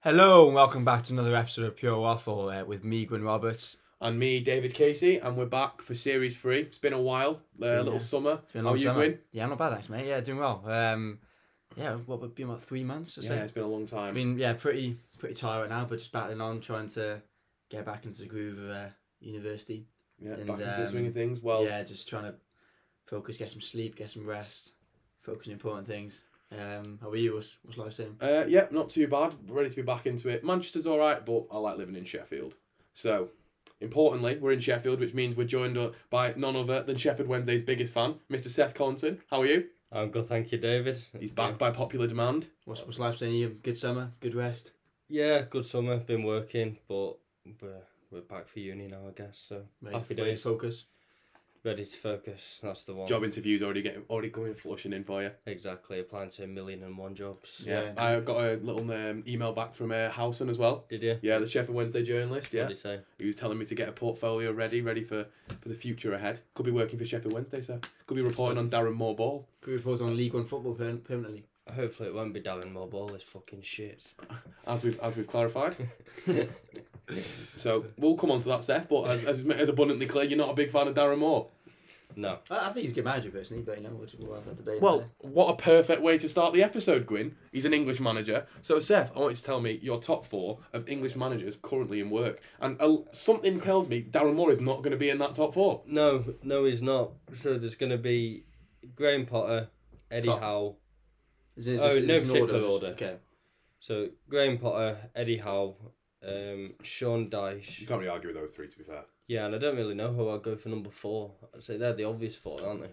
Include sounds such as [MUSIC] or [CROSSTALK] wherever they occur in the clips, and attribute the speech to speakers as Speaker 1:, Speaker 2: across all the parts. Speaker 1: Hello and welcome back to another episode of Pure Waffle uh, with me, Gwyn Roberts.
Speaker 2: and me, David Casey, and we're back for series three. It's been a while, uh, a little
Speaker 1: yeah.
Speaker 2: summer.
Speaker 1: It's been a
Speaker 2: How
Speaker 1: long
Speaker 2: are you,
Speaker 1: summer.
Speaker 2: Gwyn?
Speaker 1: Yeah, I'm not bad, thanks, mate. Yeah, doing well. Um, yeah, what would be about three months or so?
Speaker 2: Yeah, it's been a long time.
Speaker 1: I've been yeah pretty pretty tired right now, but just battling on, trying to get back into the groove of uh, university.
Speaker 2: yeah,
Speaker 1: and,
Speaker 2: back into the
Speaker 1: um,
Speaker 2: swing of things. Well,
Speaker 1: yeah, just trying to focus, get some sleep, get some rest, focus on important things. Um, how are you? What's, what's life saying?
Speaker 2: uh, yeah, not too bad. Ready to be back into it. Manchester's all right, but I like living in Sheffield. So, importantly, we're in Sheffield, which means we're joined up by none other than Sheffield Wednesday's biggest fan, Mr. Seth Compton. How are you?
Speaker 3: I'm good, thank you, David.
Speaker 2: He's back by popular demand.
Speaker 1: What's what's life saying? to You good summer, good rest.
Speaker 3: Yeah, good summer. Been working, but we're, we're back for uni now, I guess. So
Speaker 1: Ready,
Speaker 3: Happy
Speaker 1: to, ready to
Speaker 3: days.
Speaker 1: focus.
Speaker 3: ready to focus. That's the one.
Speaker 2: Job interviews already getting already coming flushing in for you.
Speaker 3: Exactly. Applying to a million and one jobs.
Speaker 2: Yeah,
Speaker 1: Yeah,
Speaker 2: I got a little um, email back from uh, Howson as well.
Speaker 3: Did you?
Speaker 2: Yeah, the Sheffield Wednesday journalist.
Speaker 3: What
Speaker 2: Yeah,
Speaker 3: did he say?
Speaker 2: He was telling me to get a portfolio ready, ready for, for the future ahead. Could be working for Sheffield Wednesday, sir. Could be reporting on Darren Moore ball.
Speaker 1: Good report on League One football per- permanently.
Speaker 3: Hopefully, it won't be Darren Mob. All this fucking
Speaker 2: [LAUGHS]
Speaker 3: shit.
Speaker 2: as we've as we've clarified. so we'll come on to that, Seth. But as as, as abundantly clear, you're not a big fan of Darren Moore.
Speaker 3: No.
Speaker 1: I, I think he's a good manager personally, but you know we'll, we'll have that debate.
Speaker 2: Well,
Speaker 1: later.
Speaker 2: what a perfect way to start the episode, Gwyn. He's an English manager. So Seth, I want you to tell me your top four of English managers currently in work, and uh, something tells me Darren Moore is not going to be in that top four.
Speaker 3: No, no, he's not. So there's going to be Graham Potter, Eddie
Speaker 2: Top.
Speaker 3: Howe.
Speaker 1: is it, is
Speaker 3: oh,
Speaker 1: this- is
Speaker 3: no
Speaker 1: this an
Speaker 3: particular
Speaker 1: just-
Speaker 3: order.
Speaker 1: Okay.
Speaker 3: So Graham Potter, Eddie Howe, um, Sean Dyche.
Speaker 2: You can't really argue with those three, to be fair.
Speaker 3: Yeah, and I don't really know who I'd go for number four. I'd say they're the obvious four, aren't they?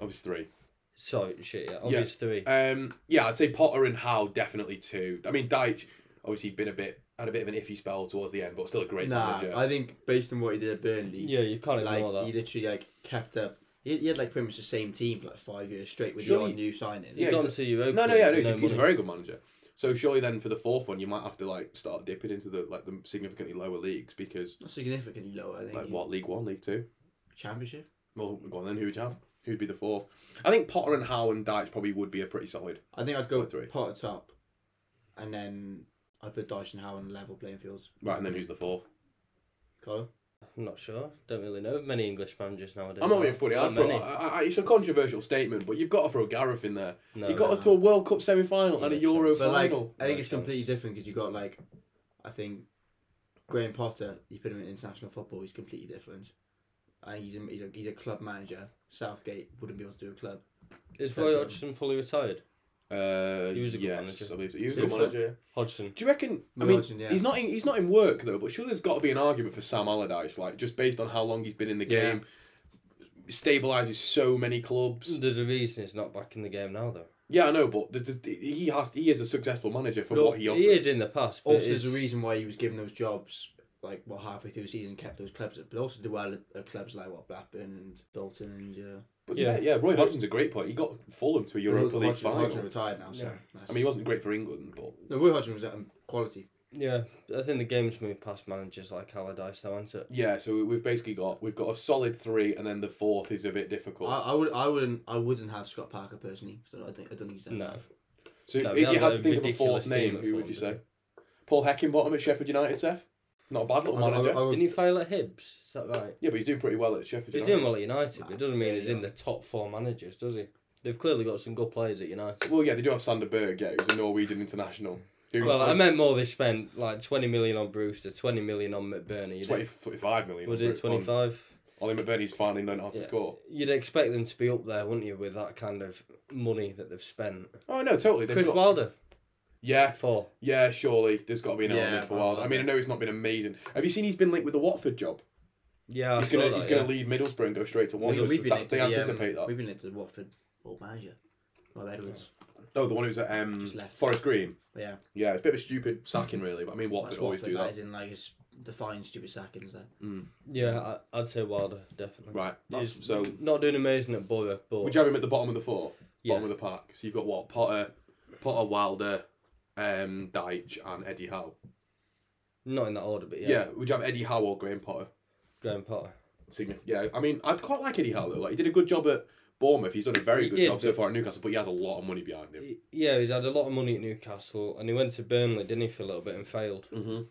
Speaker 2: Obviously three.
Speaker 3: Sorry, shit, yeah. Obvious three.
Speaker 2: Um, yeah, I'd say Potter and Howe definitely two. I mean, Deitch obviously been a bit had a bit of an iffy spell towards the end, but still a great
Speaker 1: Nah,
Speaker 2: manager.
Speaker 1: I think based on what he did at Burnley,
Speaker 3: Yeah, you can't
Speaker 1: like
Speaker 3: ignore
Speaker 1: he
Speaker 3: that.
Speaker 1: literally like kept up. He, he had like pretty much the same team for like five years straight with
Speaker 2: Surely-
Speaker 1: the odd new signing.
Speaker 2: yeah,
Speaker 3: You've gone to Europa.
Speaker 2: no, no, yeah, no, he's,
Speaker 3: with
Speaker 2: he's a
Speaker 3: money.
Speaker 2: very good manager. So surely then for the fourth one, you might have to like start dipping into the like the significantly lower leagues because
Speaker 1: not significantly lower. I think
Speaker 2: like
Speaker 1: he-
Speaker 2: what League One, League Two.
Speaker 1: championship?
Speaker 2: Well, go on then. Who would you have? Who'd be the fourth? I think Potter and Howe and Deitch probably would be a pretty solid.
Speaker 1: I think I'd go
Speaker 2: Top three.
Speaker 1: Potter top, and then I'd put Dyche and Howe on level playing fields.
Speaker 2: Right, and then who's the fourth?
Speaker 1: Kyle?
Speaker 3: I'm not sure. Don't really know many English managers nowadays.
Speaker 2: I'm not being funny. I uh,
Speaker 3: Not
Speaker 2: throw,
Speaker 3: many.
Speaker 2: I, I, it's a controversial statement, but you've got to throw Gareth in there.
Speaker 3: No,
Speaker 2: you got
Speaker 1: no,
Speaker 2: us
Speaker 1: no.
Speaker 2: to a World Cup semi-final and a
Speaker 3: Yeah,
Speaker 2: Euro
Speaker 3: sure.
Speaker 1: But like,
Speaker 2: final.
Speaker 1: I think it's
Speaker 3: Makes sense.
Speaker 1: completely different because you got like, I think Graham Potter. You put him in international football, he's completely different. I think he's a, he's a, he's a club manager. Southgate wouldn't be able to do a club.
Speaker 3: Is
Speaker 1: Fair
Speaker 3: Roy
Speaker 1: play.
Speaker 3: Hodgson fully retired?
Speaker 2: Uh,
Speaker 3: He was a good
Speaker 2: yes,
Speaker 3: manager.
Speaker 2: I believe so. He was a
Speaker 3: He
Speaker 2: good
Speaker 3: was
Speaker 2: manager.
Speaker 3: Hodgson.
Speaker 2: Do you reckon? I mean,
Speaker 1: Imagine, yeah.
Speaker 2: he's not in, he's not in work though. But sure, there's got to be an argument for Sam Allardyce, like just based on how long he's been in the
Speaker 1: Yeah.
Speaker 2: game. Stabilizes so many clubs.
Speaker 3: There's a reason he's not back in the game now, though.
Speaker 2: Yeah, I know, but there's, there's, he has he is a successful manager for
Speaker 3: Look,
Speaker 2: what he offers.
Speaker 3: is in the past. But
Speaker 1: Also,
Speaker 3: it's-
Speaker 1: there's a reason why he was given those jobs, like what halfway through the season kept those clubs, but also did well at, at clubs like what Blackburn and Bolton and uh,
Speaker 2: But yeah, yeah. Roy Hodgson's a great point. He got Fulham to a Europa
Speaker 1: Roy
Speaker 2: League
Speaker 1: Hodgson,
Speaker 2: final.
Speaker 1: Hodgson retired now, so
Speaker 3: Yeah.
Speaker 1: that's-
Speaker 2: I mean, he wasn't great for England, but
Speaker 1: no, Roy Hodgson was at um, quality.
Speaker 3: Yeah, I think the game's moved past managers like Allardyce, though, hasn't it?
Speaker 2: yeah. So we've basically got we've got a solid three, and then the fourth is a bit difficult.
Speaker 1: I, I would, I wouldn't, I wouldn't have Scott Parker personally. So I think, I don't think he's done
Speaker 3: No.
Speaker 1: enough.
Speaker 2: so
Speaker 3: No,
Speaker 2: if
Speaker 3: we
Speaker 2: you
Speaker 3: have
Speaker 2: had
Speaker 3: a
Speaker 2: to think of a
Speaker 3: ridiculous
Speaker 2: fourth name,
Speaker 3: team at
Speaker 2: who would you
Speaker 3: Fulham,
Speaker 2: say? Paul Heckingbottom at Sheffield United, Seth. Not a bad little
Speaker 1: I- I-
Speaker 2: manager.
Speaker 1: I would-
Speaker 3: Didn't he fail at Hibs? Is that right?
Speaker 2: Yeah, but he's doing pretty well at Sheffield
Speaker 3: He's
Speaker 2: United.
Speaker 3: doing well at United, but it doesn't mean
Speaker 1: yeah,
Speaker 3: he's
Speaker 1: yeah.
Speaker 3: in the top four managers, does he? They've clearly got some good players at United.
Speaker 2: Well, yeah, they do have Sander Berg, yeah, who's a Norwegian international. Who
Speaker 3: Well, I meant more they spent like 20 million on Brewster, 20 million on McBurney.
Speaker 2: 20, 25 million.
Speaker 3: Was it
Speaker 2: on-
Speaker 3: 25?
Speaker 2: Ollie McBurney's finally learned how to
Speaker 3: Yeah.
Speaker 2: score.
Speaker 3: You'd expect them to be up there, wouldn't you, with that kind of money that they've spent?
Speaker 2: Oh, no, totally. They've
Speaker 3: Chris
Speaker 2: got-
Speaker 3: Wilder,
Speaker 2: Yeah,
Speaker 3: four.
Speaker 2: yeah, surely. There's got to be an
Speaker 1: Yeah,
Speaker 2: element for
Speaker 1: well,
Speaker 2: Wilder. I mean, I know he's not been amazing. Have you seen he's been linked with the Watford job?
Speaker 3: Yeah, I
Speaker 2: he's
Speaker 3: saw
Speaker 2: going
Speaker 3: that,
Speaker 2: to he's
Speaker 3: yeah.
Speaker 2: going to leave Middlesbrough and go straight to
Speaker 1: We,
Speaker 2: Wanderers.
Speaker 1: we've been
Speaker 2: That-
Speaker 1: linked to
Speaker 2: they
Speaker 1: the, um,
Speaker 2: anticipate that.
Speaker 1: We've been linked to the Watford old manager, Rob Edwards.
Speaker 2: Oh, the one who's at um,
Speaker 1: Just left.
Speaker 2: Forest Green.
Speaker 1: But yeah,
Speaker 2: Yeah, it's a bit of a stupid sacking, really. But I mean, Watford
Speaker 1: that's
Speaker 2: always
Speaker 1: Watford.
Speaker 2: do
Speaker 1: that
Speaker 2: that.
Speaker 1: is in like his defined stupid sackings there.
Speaker 3: Yeah, I, I'd say Wilder, definitely.
Speaker 2: Right. that's-
Speaker 3: He's
Speaker 2: so,
Speaker 3: not doing amazing at Borough, but
Speaker 2: would you have him at the bottom of the four?
Speaker 3: yeah,
Speaker 2: Bottom of the pack. So you've got what? Potter, Potter, Wilder, um, Deitch, and Eddie Howe.
Speaker 3: not in that order, but
Speaker 2: Yeah.
Speaker 3: yeah,
Speaker 2: Would you have Eddie Howe or Graham Potter?
Speaker 3: Graham Potter.
Speaker 2: Signif- yeah, I mean, I'd quite like Eddie Howe though. Like, he did a good job at Bournemouth, he's done a very
Speaker 3: He
Speaker 2: good
Speaker 3: did,
Speaker 2: job so
Speaker 3: but-
Speaker 2: far at Newcastle, but he has a lot of money behind him.
Speaker 3: He- Yeah, he's had a lot of money at Newcastle, and he went to Burnley, didn't he, for a little bit and failed.
Speaker 2: Mm-hmm.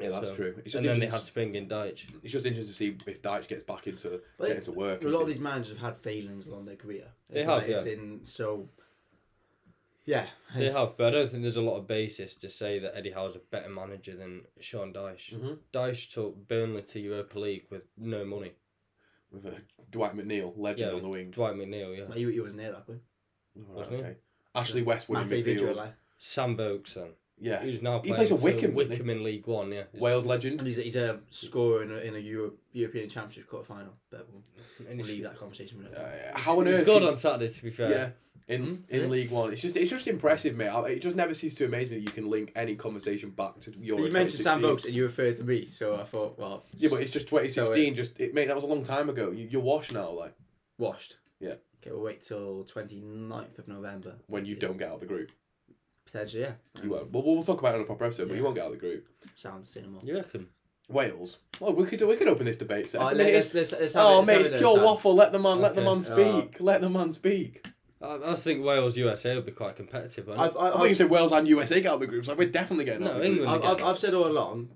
Speaker 2: Yeah, that's
Speaker 3: So-
Speaker 2: true. It's just,
Speaker 3: and then they had
Speaker 2: interesting-
Speaker 3: to bring in Deitch.
Speaker 2: it's just interesting to see if Deitch gets back into
Speaker 1: But
Speaker 2: get into work.
Speaker 1: A
Speaker 2: and
Speaker 1: lot of
Speaker 2: see-
Speaker 1: these managers have had failings along their career.
Speaker 3: They
Speaker 1: It's
Speaker 3: have,
Speaker 1: like, it's
Speaker 3: yeah.
Speaker 1: in- so, yeah. [LAUGHS]
Speaker 3: They have, but I don't think there's a lot of basis to say that Eddie Howe's a better manager than Sean Dyche.
Speaker 2: Mhm.
Speaker 3: Dyche took Burnley to Europa League with no money.
Speaker 2: with uh, Dwight McNeil, legend
Speaker 3: Yeah,
Speaker 2: on the wing.
Speaker 3: Dwight McNeil, yeah.
Speaker 1: He, he was near that point.
Speaker 2: Alright,
Speaker 3: Wasn't he?
Speaker 2: okay. Ashley Westwood
Speaker 1: Matt
Speaker 2: in midfield.
Speaker 1: Vidula.
Speaker 3: Sam Boakes then.
Speaker 2: Yeah,
Speaker 3: Who's now
Speaker 2: He
Speaker 3: playing
Speaker 2: plays for
Speaker 3: for
Speaker 2: Wickham, doesn't he?
Speaker 3: Wickham in League One, yeah. It's-
Speaker 2: Wales
Speaker 1: And
Speaker 2: legend.
Speaker 1: he's, he's a scorer in a, in a Euro, European Championship quarter final. But we'll,
Speaker 3: and
Speaker 1: we'll
Speaker 3: he's-
Speaker 1: leave that conversation. with
Speaker 2: Uh,
Speaker 1: that.
Speaker 2: how on
Speaker 3: He
Speaker 2: earth?
Speaker 3: scored
Speaker 2: can-
Speaker 3: on Saturday, to be fair.
Speaker 2: yeah, in
Speaker 1: Hmm? Yeah.
Speaker 2: in League One, it's just it's just impressive, mate. I- It just never ceases to amaze me that you can link any conversation back to your.
Speaker 1: you mentioned Sam Vokes and you referred to me, so I thought, well,
Speaker 2: Yeah, but it's just 2016.
Speaker 1: uh,
Speaker 2: just it, mate, that was a long time ago. You, you're washed now, like
Speaker 1: washed.
Speaker 2: Yeah.
Speaker 1: Okay, we'll wait till 29th of November.
Speaker 2: when you
Speaker 1: Yeah.
Speaker 2: don't get out of the group,
Speaker 1: Potentially, yeah.
Speaker 2: you won't. Well, we'll talk about it on a proper episode, but you
Speaker 1: Yeah.
Speaker 2: won't get out of the group.
Speaker 1: Sound cinema.
Speaker 3: You reckon?
Speaker 2: Wales. Well, we could we could open this debate. Seth.
Speaker 1: Oh,
Speaker 2: I mean,
Speaker 1: let-
Speaker 2: it's-
Speaker 1: let's, let's, let's have
Speaker 2: oh
Speaker 1: it, let's
Speaker 2: mate,
Speaker 1: have
Speaker 2: it's
Speaker 1: it
Speaker 2: pure
Speaker 1: another time.
Speaker 2: waffle. Let the man, let the
Speaker 3: Okay.
Speaker 2: man speak. let the man speak.
Speaker 3: I, I think Wales USA would be quite competitive. wouldn't it?
Speaker 1: I've,
Speaker 2: I
Speaker 1: I've,
Speaker 2: thought you
Speaker 1: I've,
Speaker 2: said Wales and USA get out of the groups. Like we're definitely getting out.
Speaker 3: No,
Speaker 2: of the group.
Speaker 3: England.
Speaker 1: I've, I've, I've said all along,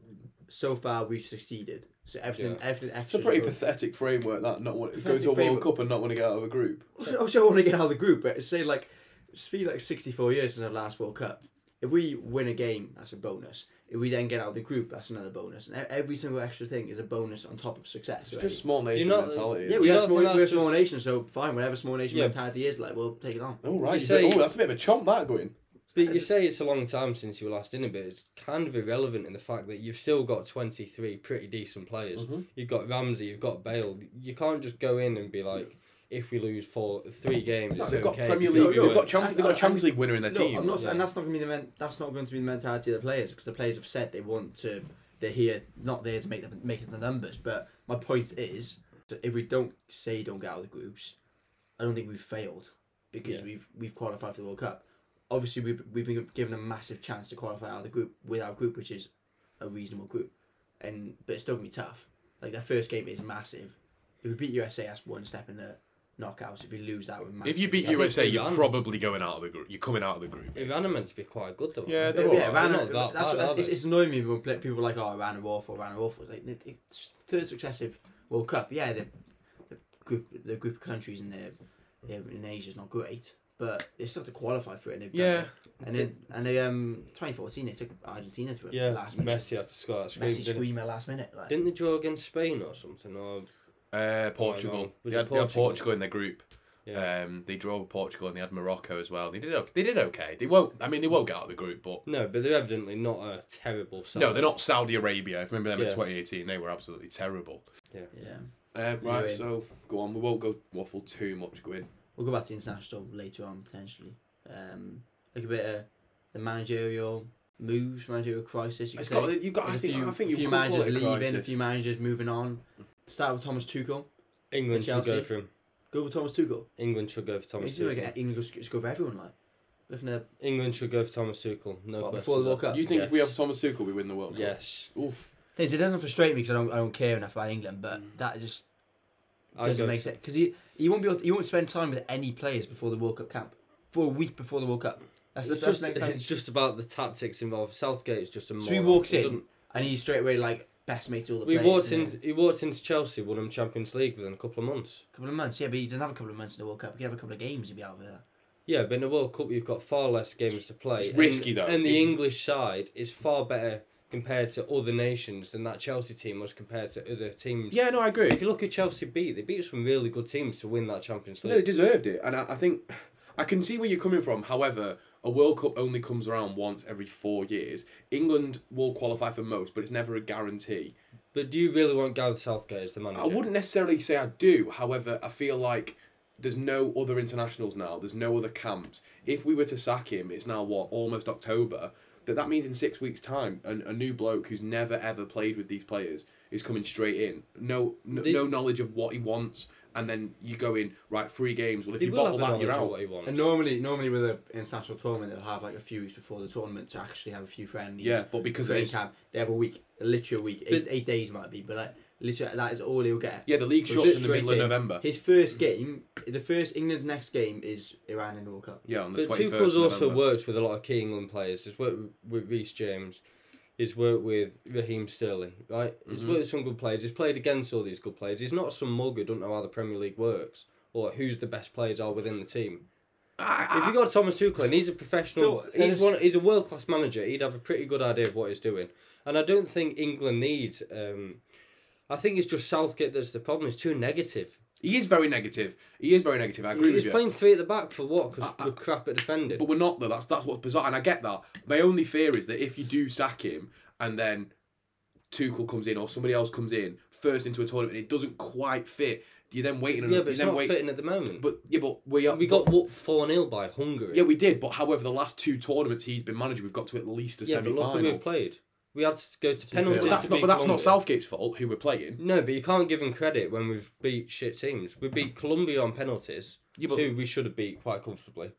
Speaker 1: so far we've succeeded. So everything, everything
Speaker 2: It's a
Speaker 1: extra.
Speaker 2: pretty pathetic framework that not want go
Speaker 1: Pathetic
Speaker 2: to a World
Speaker 1: framework.
Speaker 2: Cup and not want to get out of a group.
Speaker 1: [LAUGHS] Obviously, I want to get out of the group, but it's say like it's been like sixty-four years since our last World Cup. If we win a game, that's a bonus. If we then get out of the group, that's another bonus. And e- every single extra thing is a bonus on top of success.
Speaker 2: It's
Speaker 1: already.
Speaker 2: just small nation
Speaker 3: You're not-
Speaker 2: mentality.
Speaker 1: yeah, we
Speaker 3: You
Speaker 1: are
Speaker 3: don't
Speaker 1: small,
Speaker 3: think that's
Speaker 1: we're a small
Speaker 3: just-
Speaker 1: nation, so fine. Whatever small nation
Speaker 3: Yeah.
Speaker 1: mentality is, like we'll take it on.
Speaker 2: All right.
Speaker 3: You
Speaker 2: You say,
Speaker 3: say-
Speaker 2: oh, that's a bit of a chomp that going.
Speaker 3: But you
Speaker 1: just-
Speaker 3: say it's a long time since you were last in it, but it's kind of irrelevant in the fact that you've still got 23 pretty decent players.
Speaker 2: Mhm.
Speaker 3: You've got Ramsey, you've got Bale. You can't just go in and be like, if we lose four, three games,
Speaker 2: No,
Speaker 3: it's
Speaker 2: they've got
Speaker 3: okay
Speaker 2: Premier
Speaker 3: because
Speaker 2: League.
Speaker 3: we
Speaker 1: no,
Speaker 2: They've got
Speaker 3: weren't."
Speaker 2: Champions. They've got a Champions League winner in their
Speaker 1: No, I'm
Speaker 2: team.
Speaker 1: not, and that's not going to be the men, that's not going to be the mentality of the players because the players have said they want to. They're here, not there to make the make the numbers. But my point is, that if we don't say don't get out of the groups, I don't think we've failed because
Speaker 3: Yeah.
Speaker 1: we've we've qualified for the World Cup. Obviously, we've we've been given a massive chance to qualify out of the group with our group, which is a reasonable group, and but it's still gonna be tough. Like that first game is massive. If we beat USA, that's one step in the knockouts. If we lose that, we're massive.
Speaker 2: If you beat
Speaker 3: I think
Speaker 2: USA, you're
Speaker 3: Iran-
Speaker 2: probably going out of the group. You're coming out of the group.
Speaker 3: Iran are meant to be quite good, though.
Speaker 2: Yeah,
Speaker 3: aren't
Speaker 2: they're
Speaker 3: they?
Speaker 2: all
Speaker 1: yeah,
Speaker 2: right.
Speaker 1: Ran,
Speaker 3: They're not that
Speaker 1: that's
Speaker 3: bad,
Speaker 1: what, that's,
Speaker 3: are
Speaker 1: it's,
Speaker 3: they?
Speaker 1: it's annoying me when pla- people are like, oh, Iran are awful, Iran are awful. It's Like, it- it's third successive World Cup. Yeah, the, the group the group of countries in there in in Asia is not great, but they still have to qualify for it. And they've done
Speaker 2: Yeah.
Speaker 1: it. and then and they um 2014 they took Argentina to it
Speaker 3: yeah.
Speaker 1: last minute.
Speaker 3: Messi had to score that screen.
Speaker 1: Messi
Speaker 3: didn't,
Speaker 1: screamer last minute. Like,
Speaker 3: he? didn't they draw against Spain or something? Or
Speaker 2: Uh,
Speaker 3: Oh, I
Speaker 2: Portugal.
Speaker 3: know.
Speaker 2: They
Speaker 3: Was
Speaker 2: had,
Speaker 3: it
Speaker 2: they had
Speaker 3: Portugal?
Speaker 2: Portugal in their group.
Speaker 3: Yeah.
Speaker 2: Um, they drove Portugal and they had Morocco as well. They did. o- They did okay. They won't. I mean, they won't get out of the group, but
Speaker 3: no, but they're evidently not a terrible side.
Speaker 2: no, they're not Saudi Arabia. I remember them in
Speaker 3: Yeah.
Speaker 2: 2018. They were absolutely terrible.
Speaker 1: yeah,
Speaker 2: Uh, right.
Speaker 1: Anyway.
Speaker 2: So go on. We won't go waffle too much, Gwyn.
Speaker 1: we'll go back to international later on potentially. Um, like a bit of the managerial moves, managerial crisis. You
Speaker 2: It's
Speaker 1: could say.
Speaker 2: got. You've got. I
Speaker 1: There's
Speaker 2: think.
Speaker 1: a few,
Speaker 2: I think
Speaker 1: a
Speaker 2: you
Speaker 1: few
Speaker 2: could call
Speaker 1: managers
Speaker 2: it a
Speaker 1: leaving, a
Speaker 2: crisis.
Speaker 1: few managers moving on. Start with Thomas Tuchel.
Speaker 3: England should go
Speaker 1: Chelsea.
Speaker 3: for him.
Speaker 1: Go for Thomas Tuchel.
Speaker 3: England should go for Thomas
Speaker 1: He's going to
Speaker 3: Tuchel.
Speaker 1: get England should go for everyone. Like looking at
Speaker 3: England should go for Thomas Tuchel. No
Speaker 1: well,
Speaker 3: question.
Speaker 1: before the World Cup.
Speaker 2: You think if we
Speaker 3: Yes.
Speaker 2: have Thomas Tuchel, we win the World Cup?
Speaker 3: Yes.
Speaker 2: Oof.
Speaker 1: Things it doesn't frustrate me because I don't I don't care enough about England, but that just
Speaker 3: I'd
Speaker 1: doesn't
Speaker 3: go
Speaker 1: make
Speaker 3: for-
Speaker 1: sense because he he won't be able to, he won't spend time with any players before the World Cup camp for a week before the World Cup. That's the
Speaker 3: It's
Speaker 1: that's
Speaker 3: just,
Speaker 1: the next time.
Speaker 3: it's just about the tactics involved. Southgate's just a.
Speaker 1: So he
Speaker 3: moron.
Speaker 1: walks in
Speaker 3: doesn't-
Speaker 1: and he's straight away like best mate to all the
Speaker 3: He
Speaker 1: players.
Speaker 3: walked
Speaker 1: and
Speaker 3: in. He walked into Chelsea, won him Champions League within a couple of months.
Speaker 1: a couple of months. Yeah, but he doesn't have a couple of months in the World Cup. He can have a couple of games. He'd be out of there.
Speaker 3: Yeah, but in the World Cup, you've got far less games to play.
Speaker 2: It's
Speaker 3: and-
Speaker 2: risky, though.
Speaker 3: And the
Speaker 2: It's-
Speaker 3: English side is far better compared to other nations than that Chelsea team was compared to other teams.
Speaker 2: Yeah, no, I agree.
Speaker 3: If you look at Chelsea beat, they beat some really good teams to win that Champions
Speaker 2: No, they
Speaker 3: League.
Speaker 2: deserved it, and I, I think I can see where you're coming from. However, a World Cup only comes around once every four years. England will qualify for most, but it's never a guarantee.
Speaker 3: But do you really want Gareth Southgate as the manager?
Speaker 2: I wouldn't necessarily say I do. However, I feel like there's no other internationals now. There's no other camps. If we were to sack him, it's now what almost October. That that means in six weeks' time, a, a new bloke who's never ever played with these players is coming straight in. No, no,
Speaker 3: They-
Speaker 2: no knowledge of what he wants, and then you go in right three games. Well, if
Speaker 3: He
Speaker 2: you
Speaker 3: will
Speaker 2: bottle
Speaker 3: have a
Speaker 2: that,
Speaker 3: knowledge
Speaker 2: you're
Speaker 3: of
Speaker 2: out.
Speaker 3: what he wants.
Speaker 1: And normally, normally with an international tournament, they'll have like a few weeks before the tournament to actually have a few friendlies.
Speaker 2: Yeah, but
Speaker 1: because
Speaker 2: because
Speaker 1: they
Speaker 2: it's
Speaker 1: camp, they have a week, literally a week, eight,
Speaker 3: But-
Speaker 1: eight days might be, but like Literally, that is all he'll get.
Speaker 2: Yeah, the league
Speaker 1: Well,
Speaker 2: shuts in the
Speaker 1: straight
Speaker 2: middle
Speaker 1: in.
Speaker 2: of November.
Speaker 1: His first game, the first England's next game is Iran in the World Cup.
Speaker 2: Yeah, on the
Speaker 3: But
Speaker 2: twenty
Speaker 3: Tuchel's
Speaker 2: first.
Speaker 3: also worked with a lot of key England players. He's worked with Reece James. He's worked with Raheem Sterling, right? He's
Speaker 2: Mhm.
Speaker 3: worked with some good players. He's played against all these good players. He's not some mug who don't know how the Premier League works or who's the best players are within the team.
Speaker 2: Ah.
Speaker 3: If you got Thomas Tuchel and he's a professional,
Speaker 1: Still,
Speaker 3: he's
Speaker 1: there's-
Speaker 3: one, he's a world class manager. He'd have a pretty good idea of what he's doing. And I don't think England needs. Um, I think it's just Southgate that's the problem. He's too negative.
Speaker 2: He is very negative. He is very negative. I agree
Speaker 3: He's
Speaker 2: with you.
Speaker 3: playing three at the back for what? Because
Speaker 2: I- I-
Speaker 3: we're crap at defending.
Speaker 2: But we're not though. That's that's what's bizarre, and I get that. My only fear is that if you do sack him, and then Tuchel comes in or somebody else comes in first into a tournament, and it doesn't quite fit. You're then waiting.
Speaker 3: yeah,
Speaker 2: you
Speaker 3: but it's
Speaker 2: then
Speaker 3: not
Speaker 2: wait-
Speaker 3: fitting at the moment.
Speaker 2: But yeah, but we are,
Speaker 3: we got whooped 4 0 by Hungary.
Speaker 2: Yeah, we did. But however, the last two tournaments he's been manager, we've got to at least a
Speaker 3: Yeah, but
Speaker 2: semi
Speaker 3: look who
Speaker 2: final.
Speaker 3: we've played. We had to go to
Speaker 1: fair,
Speaker 3: penalties.
Speaker 2: But
Speaker 1: Yeah.
Speaker 2: that's
Speaker 3: to Mm.
Speaker 2: not.
Speaker 3: beat
Speaker 2: But that's not
Speaker 3: Colombia.
Speaker 2: Southgate's fault. Who we're playing?
Speaker 3: No, but you can't give him credit when we've beat shit teams. We beat Colombia on penalties,
Speaker 2: Yeah, but-
Speaker 3: who we should have beat quite comfortably.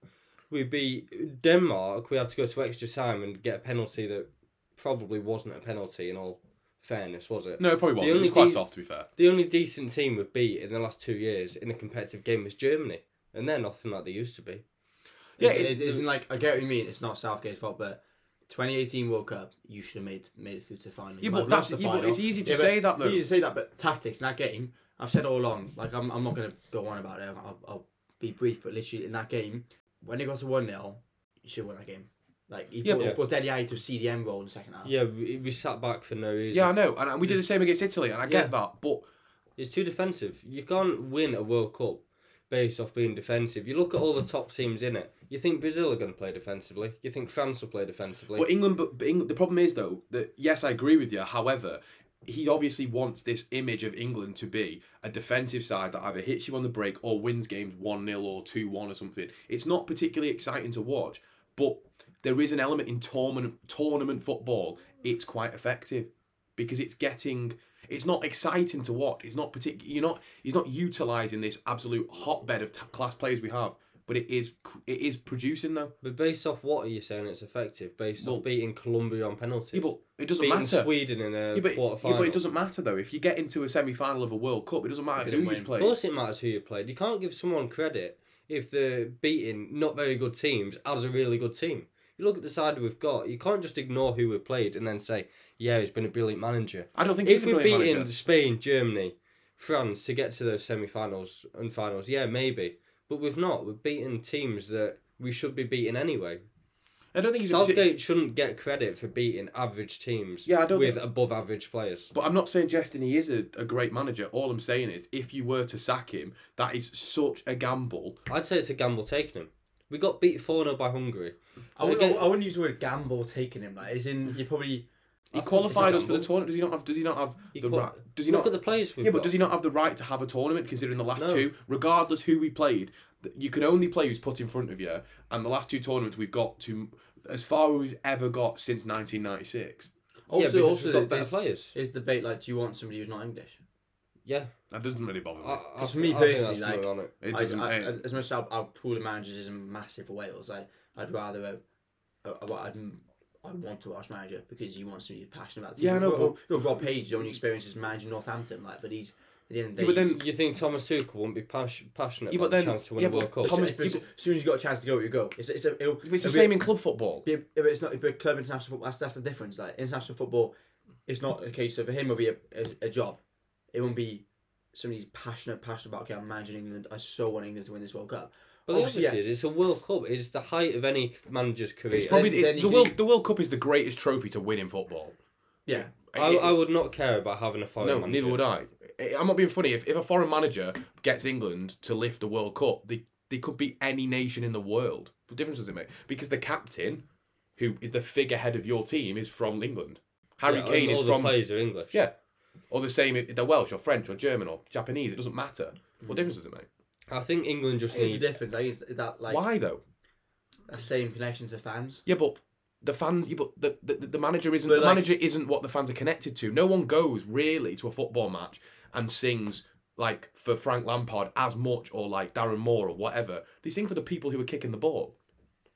Speaker 3: We beat Denmark. We had to go to extra time and get a penalty that probably wasn't a penalty. In all fairness, was it?
Speaker 2: No, it probably wasn't. It
Speaker 3: only
Speaker 2: was quite
Speaker 3: de-
Speaker 2: soft, to be fair.
Speaker 3: The only decent team we've beat in the last two years in a competitive game is Germany, and they're nothing like they used to be.
Speaker 2: Yeah,
Speaker 1: Yeah, it, it
Speaker 2: it-
Speaker 1: isn't like I get what you mean. It's not Southgate's fault, but 2018 World Cup, you should have made made it through to the final. You
Speaker 2: Yeah,
Speaker 1: might
Speaker 2: but
Speaker 1: have lost
Speaker 2: that's.
Speaker 1: the
Speaker 2: Yeah, but
Speaker 1: final.
Speaker 2: it's easy to
Speaker 1: Yeah, but
Speaker 2: say that
Speaker 1: it's
Speaker 2: though.
Speaker 1: easy to say that, but tactics in that game, I've said all along. Like I'm, I'm not gonna go on about it. I'll, I'll be brief, but literally in that game, when it got to one 0 you should win that game. Like he
Speaker 2: Yeah,
Speaker 1: brought,
Speaker 3: but-
Speaker 1: brought Deli Ali to a CDM role in the second half.
Speaker 3: Yeah, we, we sat back for no reason.
Speaker 2: Ah. Yeah, I know, and, and we did the same against Italy, and I get
Speaker 3: Yeah.
Speaker 2: that, but
Speaker 3: It's too defensive. You can't win a World Cup based off being defensive. You look at all the top teams in it. You think Brazil are going to play defensively. You think France will play defensively.
Speaker 2: But England, but, but England, the problem is though that yes, I agree with you. However, he obviously wants this image of England to be a defensive side that either hits you on the break or wins games one 0 or two one or something. It's not particularly exciting to watch, but there is an element in tournament tournament football. It's quite effective because it's getting. It's not exciting to watch. It's not particular. You're not. You're not utilizing this absolute hotbed of t- class players we have. But it is. It is producing though.
Speaker 3: But based off what are you saying it's effective? Based
Speaker 2: Well-
Speaker 3: off beating Colombia on penalties.
Speaker 2: Yeah, but it doesn't
Speaker 3: beating
Speaker 2: matter.
Speaker 3: Sweden in a
Speaker 2: Yeah but,
Speaker 3: quarter
Speaker 2: yeah,
Speaker 3: final.
Speaker 2: but it doesn't matter though. If you get into a semi final of a World Cup, it doesn't matter
Speaker 1: Didn't
Speaker 2: who you
Speaker 1: win.
Speaker 2: play.
Speaker 3: Of course, it matters who you played. You can't give someone credit if they're beating not very good teams as a really good team. You look at the side we've got. You can't just ignore who we played and then say, "Yeah, he's been a brilliant manager."
Speaker 2: I don't think
Speaker 3: if
Speaker 2: he's a
Speaker 3: we're
Speaker 2: brilliant
Speaker 3: beating
Speaker 2: manager.
Speaker 3: Spain, Germany, France to get to those semi-finals and finals, yeah, maybe. But we've not. We've beaten teams that we should be beating anyway.
Speaker 2: I don't think he's. a partic-
Speaker 3: Southgate shouldn't get credit for beating average teams
Speaker 2: Yeah, I don't
Speaker 3: with
Speaker 2: think-
Speaker 3: above-average players.
Speaker 2: But I'm not suggesting he is a, a great manager. All I'm saying is, if you were to sack him, that is such a gamble.
Speaker 3: I'd say it's a gamble taking him. We got beat 4-0 by Hungary.
Speaker 1: I wouldn't,
Speaker 3: Again-
Speaker 1: I wouldn't use the word gamble taking him. Like, as in you probably
Speaker 2: He
Speaker 1: I think
Speaker 2: qualified
Speaker 1: it's
Speaker 2: us
Speaker 1: a
Speaker 2: for the
Speaker 1: gamble.
Speaker 2: tournament. Does he not have? Does he not have
Speaker 3: He
Speaker 2: the
Speaker 3: qual-
Speaker 2: right? Does he
Speaker 3: Look
Speaker 2: not?
Speaker 3: at the players we've
Speaker 2: yeah,
Speaker 3: got.
Speaker 2: but does he not have the right to have a tournament? Considering the last
Speaker 3: No.
Speaker 2: two, regardless who we played, th- you can only play who's put in front of you. And the last two tournaments we've got to as far as we've ever got since 1996.
Speaker 3: yeah,
Speaker 1: also
Speaker 3: because
Speaker 1: also
Speaker 3: we've got better
Speaker 1: there's,
Speaker 3: players.
Speaker 1: there's debate like, do you want somebody who's not English?
Speaker 3: Yeah.
Speaker 2: That doesn't really bother me.
Speaker 3: I, I,
Speaker 1: for me
Speaker 3: I think
Speaker 1: personally,
Speaker 3: that's
Speaker 1: like,
Speaker 3: more on it.
Speaker 2: It
Speaker 1: I-
Speaker 2: doesn't.
Speaker 1: I-
Speaker 2: it-
Speaker 1: as much as our, our pool of managers isn't massive for Wales, like I'd rather a, a, a, what I'd, I want to watch manager because you want somebody who's passionate about. The team.
Speaker 2: Yeah, I know,
Speaker 1: Rob, Rob, Rob Page, the only experience is managing Northampton, like, but he's at the end of the
Speaker 2: Yeah,
Speaker 1: day.
Speaker 2: but then-
Speaker 1: he's-
Speaker 3: You think Thomas Tuchel wouldn't be pas- passionate
Speaker 2: Yeah, but
Speaker 3: about the
Speaker 2: then-
Speaker 3: chance to win
Speaker 2: yeah,
Speaker 3: a
Speaker 2: but
Speaker 3: World Cup?
Speaker 2: Tom- Thomas-
Speaker 1: as, as soon as you got a chance to go, you go. It's it's a, it'll,
Speaker 2: But it's
Speaker 1: it'll be
Speaker 2: the same
Speaker 1: A,
Speaker 2: in club football.
Speaker 1: be a, but it's not a big club international football. That's that's the difference. Like international football, it's not a case of for him. It'll be a, a, a job. It won't be somebody's passionate passionate about. Okay, I'm managing England. I so want England to win this World Cup.
Speaker 3: But
Speaker 2: Oh,
Speaker 1: Obviously,
Speaker 3: obviously, it's a World Cup. It's the height of any manager's career.
Speaker 1: It's
Speaker 2: Probably
Speaker 1: Then-
Speaker 2: it-
Speaker 1: then you
Speaker 2: the
Speaker 1: can-
Speaker 2: World the World Cup is the greatest trophy to win in football.
Speaker 1: Yeah,
Speaker 3: I,
Speaker 2: It-
Speaker 3: I would not care about having a foreign
Speaker 2: no,
Speaker 3: manager.
Speaker 2: neither would I. I- I'm not being funny. If, if a foreign manager gets England to lift the World Cup, they they could be any nation in the world. What difference does it make? Because the captain, who is the figurehead of your team, is from England. Harry
Speaker 3: Yeah,
Speaker 2: Kane
Speaker 3: all
Speaker 2: is
Speaker 3: the
Speaker 2: from
Speaker 3: players are English.
Speaker 2: yeah, or the same. if They're Welsh or French or German or Japanese. It doesn't matter.
Speaker 3: Hmm.
Speaker 2: What difference does it make?
Speaker 3: I think England just
Speaker 1: it's the
Speaker 3: need.
Speaker 1: difference. Like, it's that like
Speaker 2: Why though?
Speaker 1: that same connection to fans.
Speaker 2: Yeah, but the fans. Yeah, but the, the, the manager isn't
Speaker 1: But,
Speaker 2: the
Speaker 1: like-
Speaker 2: manager isn't what the fans are connected to. No one goes really to a football match and sings like for Frank Lampard as much or like Darren Moore or whatever. They sing for the people who are kicking the ball.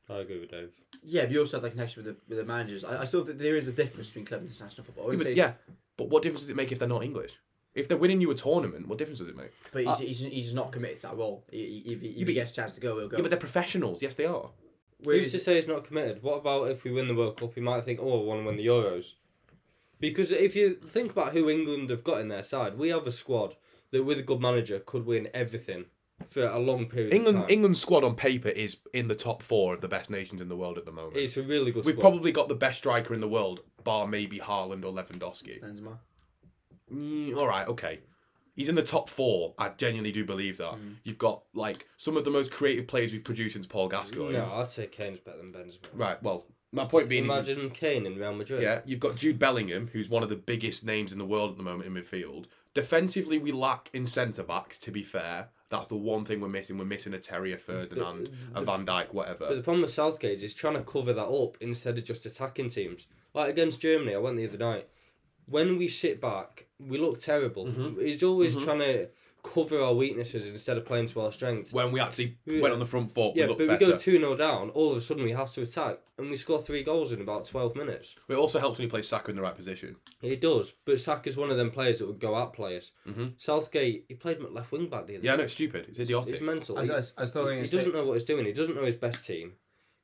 Speaker 3: I agree with Dave.
Speaker 1: Yeah, but you also have that connection with the, with the managers. I, I still think there is a difference between club and international football. I
Speaker 2: Yeah
Speaker 1: wouldn't
Speaker 2: but,
Speaker 1: say
Speaker 2: yeah, but what difference does it make if they're not English? If they're winning you a tournament, what difference does it make?
Speaker 1: But he's,
Speaker 2: Uh,
Speaker 1: he's, he's just not committed to that role. He- he- If he, if
Speaker 2: but-
Speaker 1: he gets a chance to go, he'll go.
Speaker 2: Yeah, but they're professionals. Yes, they are.
Speaker 1: Where
Speaker 3: Who's
Speaker 1: is
Speaker 3: to
Speaker 1: it?
Speaker 3: say he's not committed? What about if we win the World Cup? He might think, oh, I want to win the Euros. Because if you think about who England have got in their side, we have a squad that, with a good manager, could win everything for a long period
Speaker 2: England
Speaker 3: of time.
Speaker 2: England's squad on paper is in the top four of the best nations in the world at the moment.
Speaker 3: It's a really good
Speaker 2: We've
Speaker 3: squad.
Speaker 2: probably got the best striker in the world, bar maybe Haaland or Lewandowski.
Speaker 1: Benzema.
Speaker 2: Mm, all right, okay. He's in the top four. I genuinely do believe that.
Speaker 3: Mm.
Speaker 2: You've got like some of the most creative players we've produced since Paul Gascoigne.
Speaker 3: No, I'd say Kane's better than Benzema.
Speaker 2: Right. Well, my point being, is,
Speaker 3: Imagine Kane in Real Madrid.
Speaker 2: yeah, you've got Jude Bellingham, who's one of the biggest names in the world at the moment in midfield. Defensively, we lack in centre backs. To be fair, that's the one thing we're missing. We're missing a Terry, a Ferdinand, a Van Dijk, whatever.
Speaker 3: But the problem with Southgate is he's trying to cover that up instead of just attacking teams. Like against Germany, I went the other night. When we sit back, we look terrible.
Speaker 2: Mm-hmm.
Speaker 3: He's always trying to cover our weaknesses instead of playing to our strengths.
Speaker 2: when we actually
Speaker 3: Yeah.
Speaker 2: went on the front foot,
Speaker 3: yeah,
Speaker 2: we
Speaker 3: but
Speaker 2: looked better.
Speaker 3: we go 2 0 down, all of a sudden we have to attack, and we score three goals in about 12 minutes.
Speaker 2: It also helps when you play Saka in the right position.
Speaker 3: It does, but Saka's one of them players that would go at players.
Speaker 2: Mhm.
Speaker 3: Southgate, he played him at left wing back the other
Speaker 2: Yeah, I
Speaker 3: night.
Speaker 2: know it's stupid. It's
Speaker 3: It's
Speaker 2: idiotic.
Speaker 3: mental.
Speaker 1: I, was-
Speaker 3: He-
Speaker 1: I, was- I was still
Speaker 3: he
Speaker 1: going to
Speaker 3: doesn't
Speaker 1: say,
Speaker 3: know what he's doing. He doesn't know his best team.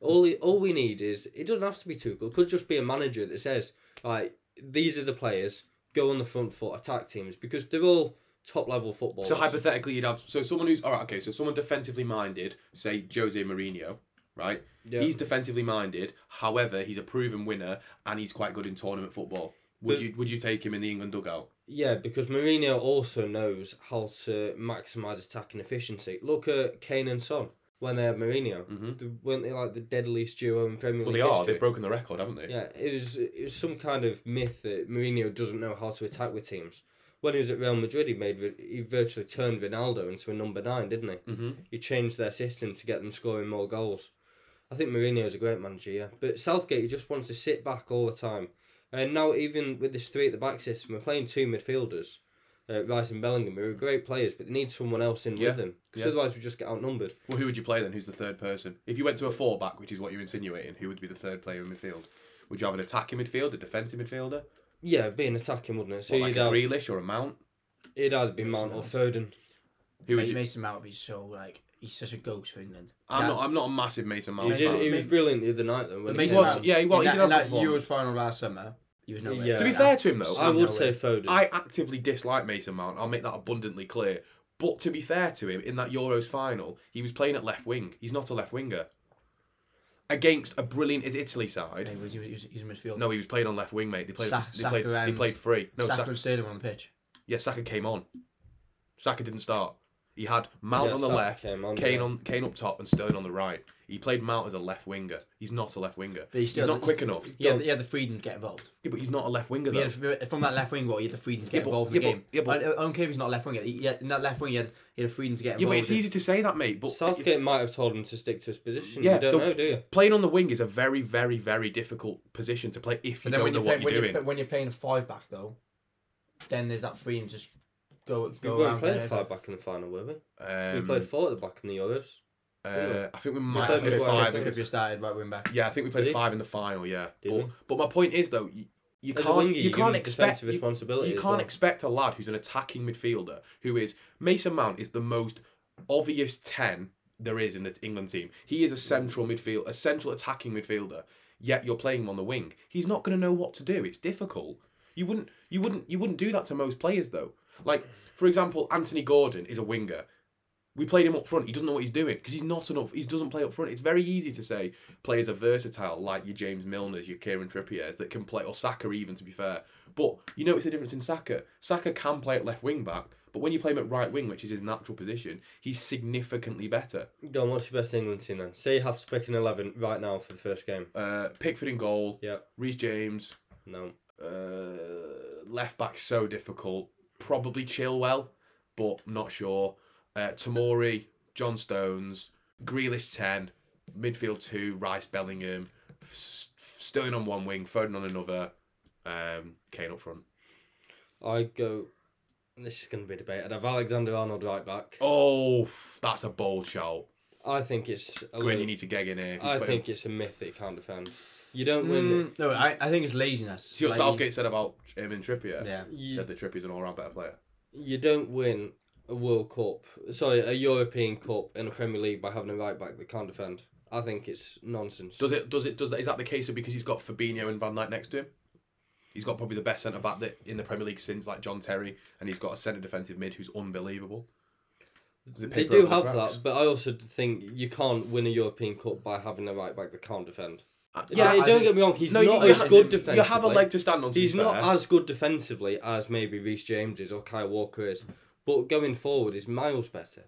Speaker 3: All he, all we need is it doesn't have to be Tuchel. It could just be a manager that says like these are the players. Go on the front foot, attack teams because they're all top level footballers.
Speaker 2: So hypothetically, you'd have so someone who's all right. Okay, so someone defensively minded, say Jose Mourinho, right?
Speaker 3: Yeah.
Speaker 2: He's defensively minded. However, he's a proven winner and he's quite good in tournament football. Would
Speaker 3: But-
Speaker 2: you would you take him in the England dugout?
Speaker 3: yeah, because Mourinho also knows how to maximise attacking efficiency. Look at Kane and Son when they had Mourinho.
Speaker 2: Mhm.
Speaker 3: The- weren't they like the deadliest duo in Premier
Speaker 2: Well, they
Speaker 3: League?
Speaker 2: are.
Speaker 3: history?
Speaker 2: They've broken the record, haven't they?
Speaker 3: Yeah, it was, it was some kind of myth that Mourinho doesn't know how to attack with teams. When he was at Real Madrid, he made Ri- he virtually turned Ronaldo into a number nine, didn't he?
Speaker 2: Mm-hmm.
Speaker 3: He changed their system to get them scoring more goals. I think Mourinho is a great manager, yeah. But Southgate, he just wants to sit back all the time. And now, even with this three at the back system, we're playing two midfielders, uh, Rice and Bellingham, who are great players, but they need someone else in
Speaker 2: Yeah,
Speaker 3: with them. Because
Speaker 2: yeah.
Speaker 3: otherwise, we just get outnumbered.
Speaker 2: Well, who would you play then? Who's the third person? If you went to a four back, which is what you're insinuating, who would be the third player in midfield? Would you have an attacking midfield, a defensive midfielder,
Speaker 3: Yeah, being attacking, wouldn't it? So
Speaker 2: or like
Speaker 3: you'd,
Speaker 2: a
Speaker 3: have,
Speaker 2: Grealish or a Mount?
Speaker 3: it'd either be Mount or Foden.
Speaker 2: Who would
Speaker 1: Mate,
Speaker 2: you?
Speaker 1: Mason Mount would be so like he's such a ghost for England.
Speaker 2: I'm
Speaker 1: That-
Speaker 2: not. I'm not a massive Mason
Speaker 3: He,
Speaker 2: Mount.
Speaker 3: did,
Speaker 2: fan.
Speaker 3: he was brilliant the other night, though.
Speaker 1: But
Speaker 3: When he
Speaker 1: Mason
Speaker 3: came
Speaker 2: was-
Speaker 3: on.
Speaker 1: Mount,
Speaker 2: yeah, he was- he
Speaker 1: in
Speaker 2: did
Speaker 1: that, in
Speaker 2: have
Speaker 1: that
Speaker 2: performed.
Speaker 1: Euros final last summer, he was nowhere.
Speaker 3: Yeah.
Speaker 2: To be fair to him though,
Speaker 3: I would
Speaker 1: Nowhere.
Speaker 3: say Foden.
Speaker 2: I actively dislike Mason Mount. I'll make that abundantly clear. But to be fair to him, in that Euros final, he was playing at left wing. He's not a left winger. Against a brilliant I- Italy
Speaker 1: he
Speaker 2: side.
Speaker 1: was, he was, he was, he was in midfield.
Speaker 2: No, he was playing on left wing, mate. They played.
Speaker 1: Sa-
Speaker 2: they
Speaker 1: Saka
Speaker 2: played. He
Speaker 1: and-
Speaker 2: played free. No,
Speaker 1: Saka
Speaker 2: Saka.
Speaker 1: and Sterling were on the pitch.
Speaker 2: Yeah, Saka came on. Saka didn't start. He had Mount
Speaker 3: Yeah,
Speaker 2: on the
Speaker 3: Saka
Speaker 2: left,
Speaker 3: came on,
Speaker 2: Kane
Speaker 3: yeah.
Speaker 2: on Kane up top, and Sterling on the right. He played Mount as a left winger. He's not a left winger.
Speaker 1: But he's
Speaker 2: he's
Speaker 1: still-
Speaker 2: not quick
Speaker 1: he's-
Speaker 2: enough.
Speaker 1: He had, he had the freedom to get involved.
Speaker 2: Yeah, but he's not a left winger
Speaker 1: He
Speaker 2: though.
Speaker 1: had, from that left wing role, he had the freedom to get
Speaker 2: Yeah, but-
Speaker 1: involved in
Speaker 2: yeah, but- yeah,
Speaker 1: the game.
Speaker 2: but-
Speaker 1: I, I don't care if he's not a left winger. He he had, in that left wing, he had, he had the freedom to get involved.
Speaker 2: Yeah, but it's
Speaker 1: in-
Speaker 2: easy to say that, mate. But
Speaker 3: Southgate might have told him to stick to his position.
Speaker 2: Yeah,
Speaker 3: you don't
Speaker 2: the-
Speaker 3: know, do you?
Speaker 2: playing on the wing is a very, very, very difficult position to play if
Speaker 1: But then
Speaker 2: you don't
Speaker 1: when
Speaker 2: know
Speaker 1: you play,
Speaker 2: what
Speaker 1: when,
Speaker 2: you're
Speaker 1: you,
Speaker 2: doing.
Speaker 1: but when you're playing a five back though, then there's that freedom to just go
Speaker 3: We
Speaker 1: go
Speaker 3: weren't
Speaker 1: around.
Speaker 3: playing
Speaker 1: whenever.
Speaker 3: five back in the final, were we?
Speaker 2: Um,
Speaker 3: we played four at the back in the Euros.
Speaker 2: uh, I think we might
Speaker 3: played
Speaker 2: have played
Speaker 3: four,
Speaker 2: five.
Speaker 3: I
Speaker 2: in
Speaker 3: think.
Speaker 2: the-
Speaker 1: Trippier started right wing back.
Speaker 2: Yeah, I think we
Speaker 3: Did
Speaker 2: played
Speaker 3: he?
Speaker 2: five in the final. Yeah,
Speaker 3: Did
Speaker 2: but
Speaker 3: we?
Speaker 2: but my point is though, you, you
Speaker 3: As a
Speaker 2: can't
Speaker 3: winger,
Speaker 2: you
Speaker 3: you
Speaker 2: can't
Speaker 3: need
Speaker 2: expect
Speaker 3: defensive
Speaker 2: you-
Speaker 3: responsibility
Speaker 2: You
Speaker 3: as
Speaker 2: can't
Speaker 3: well.
Speaker 2: expect a lad who's an attacking midfielder who is Mason Mount is the most obvious ten there is in the England team. He is a central midfield, a central attacking midfielder. Yet you're playing him on the wing. He's not going to know what to do. It's difficult. You wouldn't you wouldn't you wouldn't do that to most players though. Like for example, Anthony Gordon is a winger. We played him up front. He doesn't know what he's doing because he's not enough. He doesn't play up front. It's very easy to say players are versatile, like your James Milners, your Kieran Trippiers, that can play, or Saka even to be fair. But you notice the difference in Saka. Saka can play at left wing back, but when you play him at right wing, which is his natural position, he's significantly better.
Speaker 3: Go on, what's your best England team then? Say you have to pick an 11 right now for the first game.
Speaker 2: Uh, Pickford in goal.
Speaker 3: Yeah,
Speaker 2: Reece James,
Speaker 3: no.
Speaker 2: uh, left back so difficult. Probably Chilwell, but not sure. Uh, Tamori, John Stones, Grealish ten, midfield two, Rice Bellingham, S- Sterling on one wing, Foden on another, um, Kane up front.
Speaker 3: I go. This is going to be a debate. I'd have Alexander Arnold right back.
Speaker 2: Oh, f- that's a bold shout.
Speaker 3: I think it's. A
Speaker 2: Gwyn,
Speaker 3: little-
Speaker 2: you need to gag in here. He's
Speaker 3: I
Speaker 2: put-
Speaker 3: think it's a myth that you can't defend. You don't win.
Speaker 1: Mm, no, I, I think it's laziness.
Speaker 2: See what
Speaker 1: Like,
Speaker 2: Southgate said about him and Trippier.
Speaker 1: Yeah.
Speaker 2: He
Speaker 3: You,
Speaker 2: said that Trippier's an all-round better player.
Speaker 3: you don't win a World Cup, sorry, a European Cup and a Premier League by having a right back that can't defend. I think it's nonsense.
Speaker 2: Does it? Does it? Does that? Is that the case? Or because he's got Fabinho and Van Dijk next to him, he's got probably the best centre back that in the Premier League since like John Terry, and he's got a centre defensive mid who's unbelievable. Does it
Speaker 3: They
Speaker 2: paper
Speaker 3: do
Speaker 2: over the
Speaker 3: have
Speaker 2: cracks?
Speaker 3: that, but I also think you can't win a European Cup by having a right back that can't defend.
Speaker 2: I- I-
Speaker 3: Yeah,
Speaker 2: I
Speaker 3: don't
Speaker 2: think-
Speaker 3: get me wrong, he's
Speaker 2: Uh, No,
Speaker 3: not
Speaker 2: you- you
Speaker 3: as
Speaker 2: ha-
Speaker 3: good
Speaker 2: You have a
Speaker 3: defensively.
Speaker 2: leg to stand on. to be
Speaker 3: He's not
Speaker 2: fair.
Speaker 3: as good defensively as maybe Reece James is or Kyle Walker is, but going forward is miles better.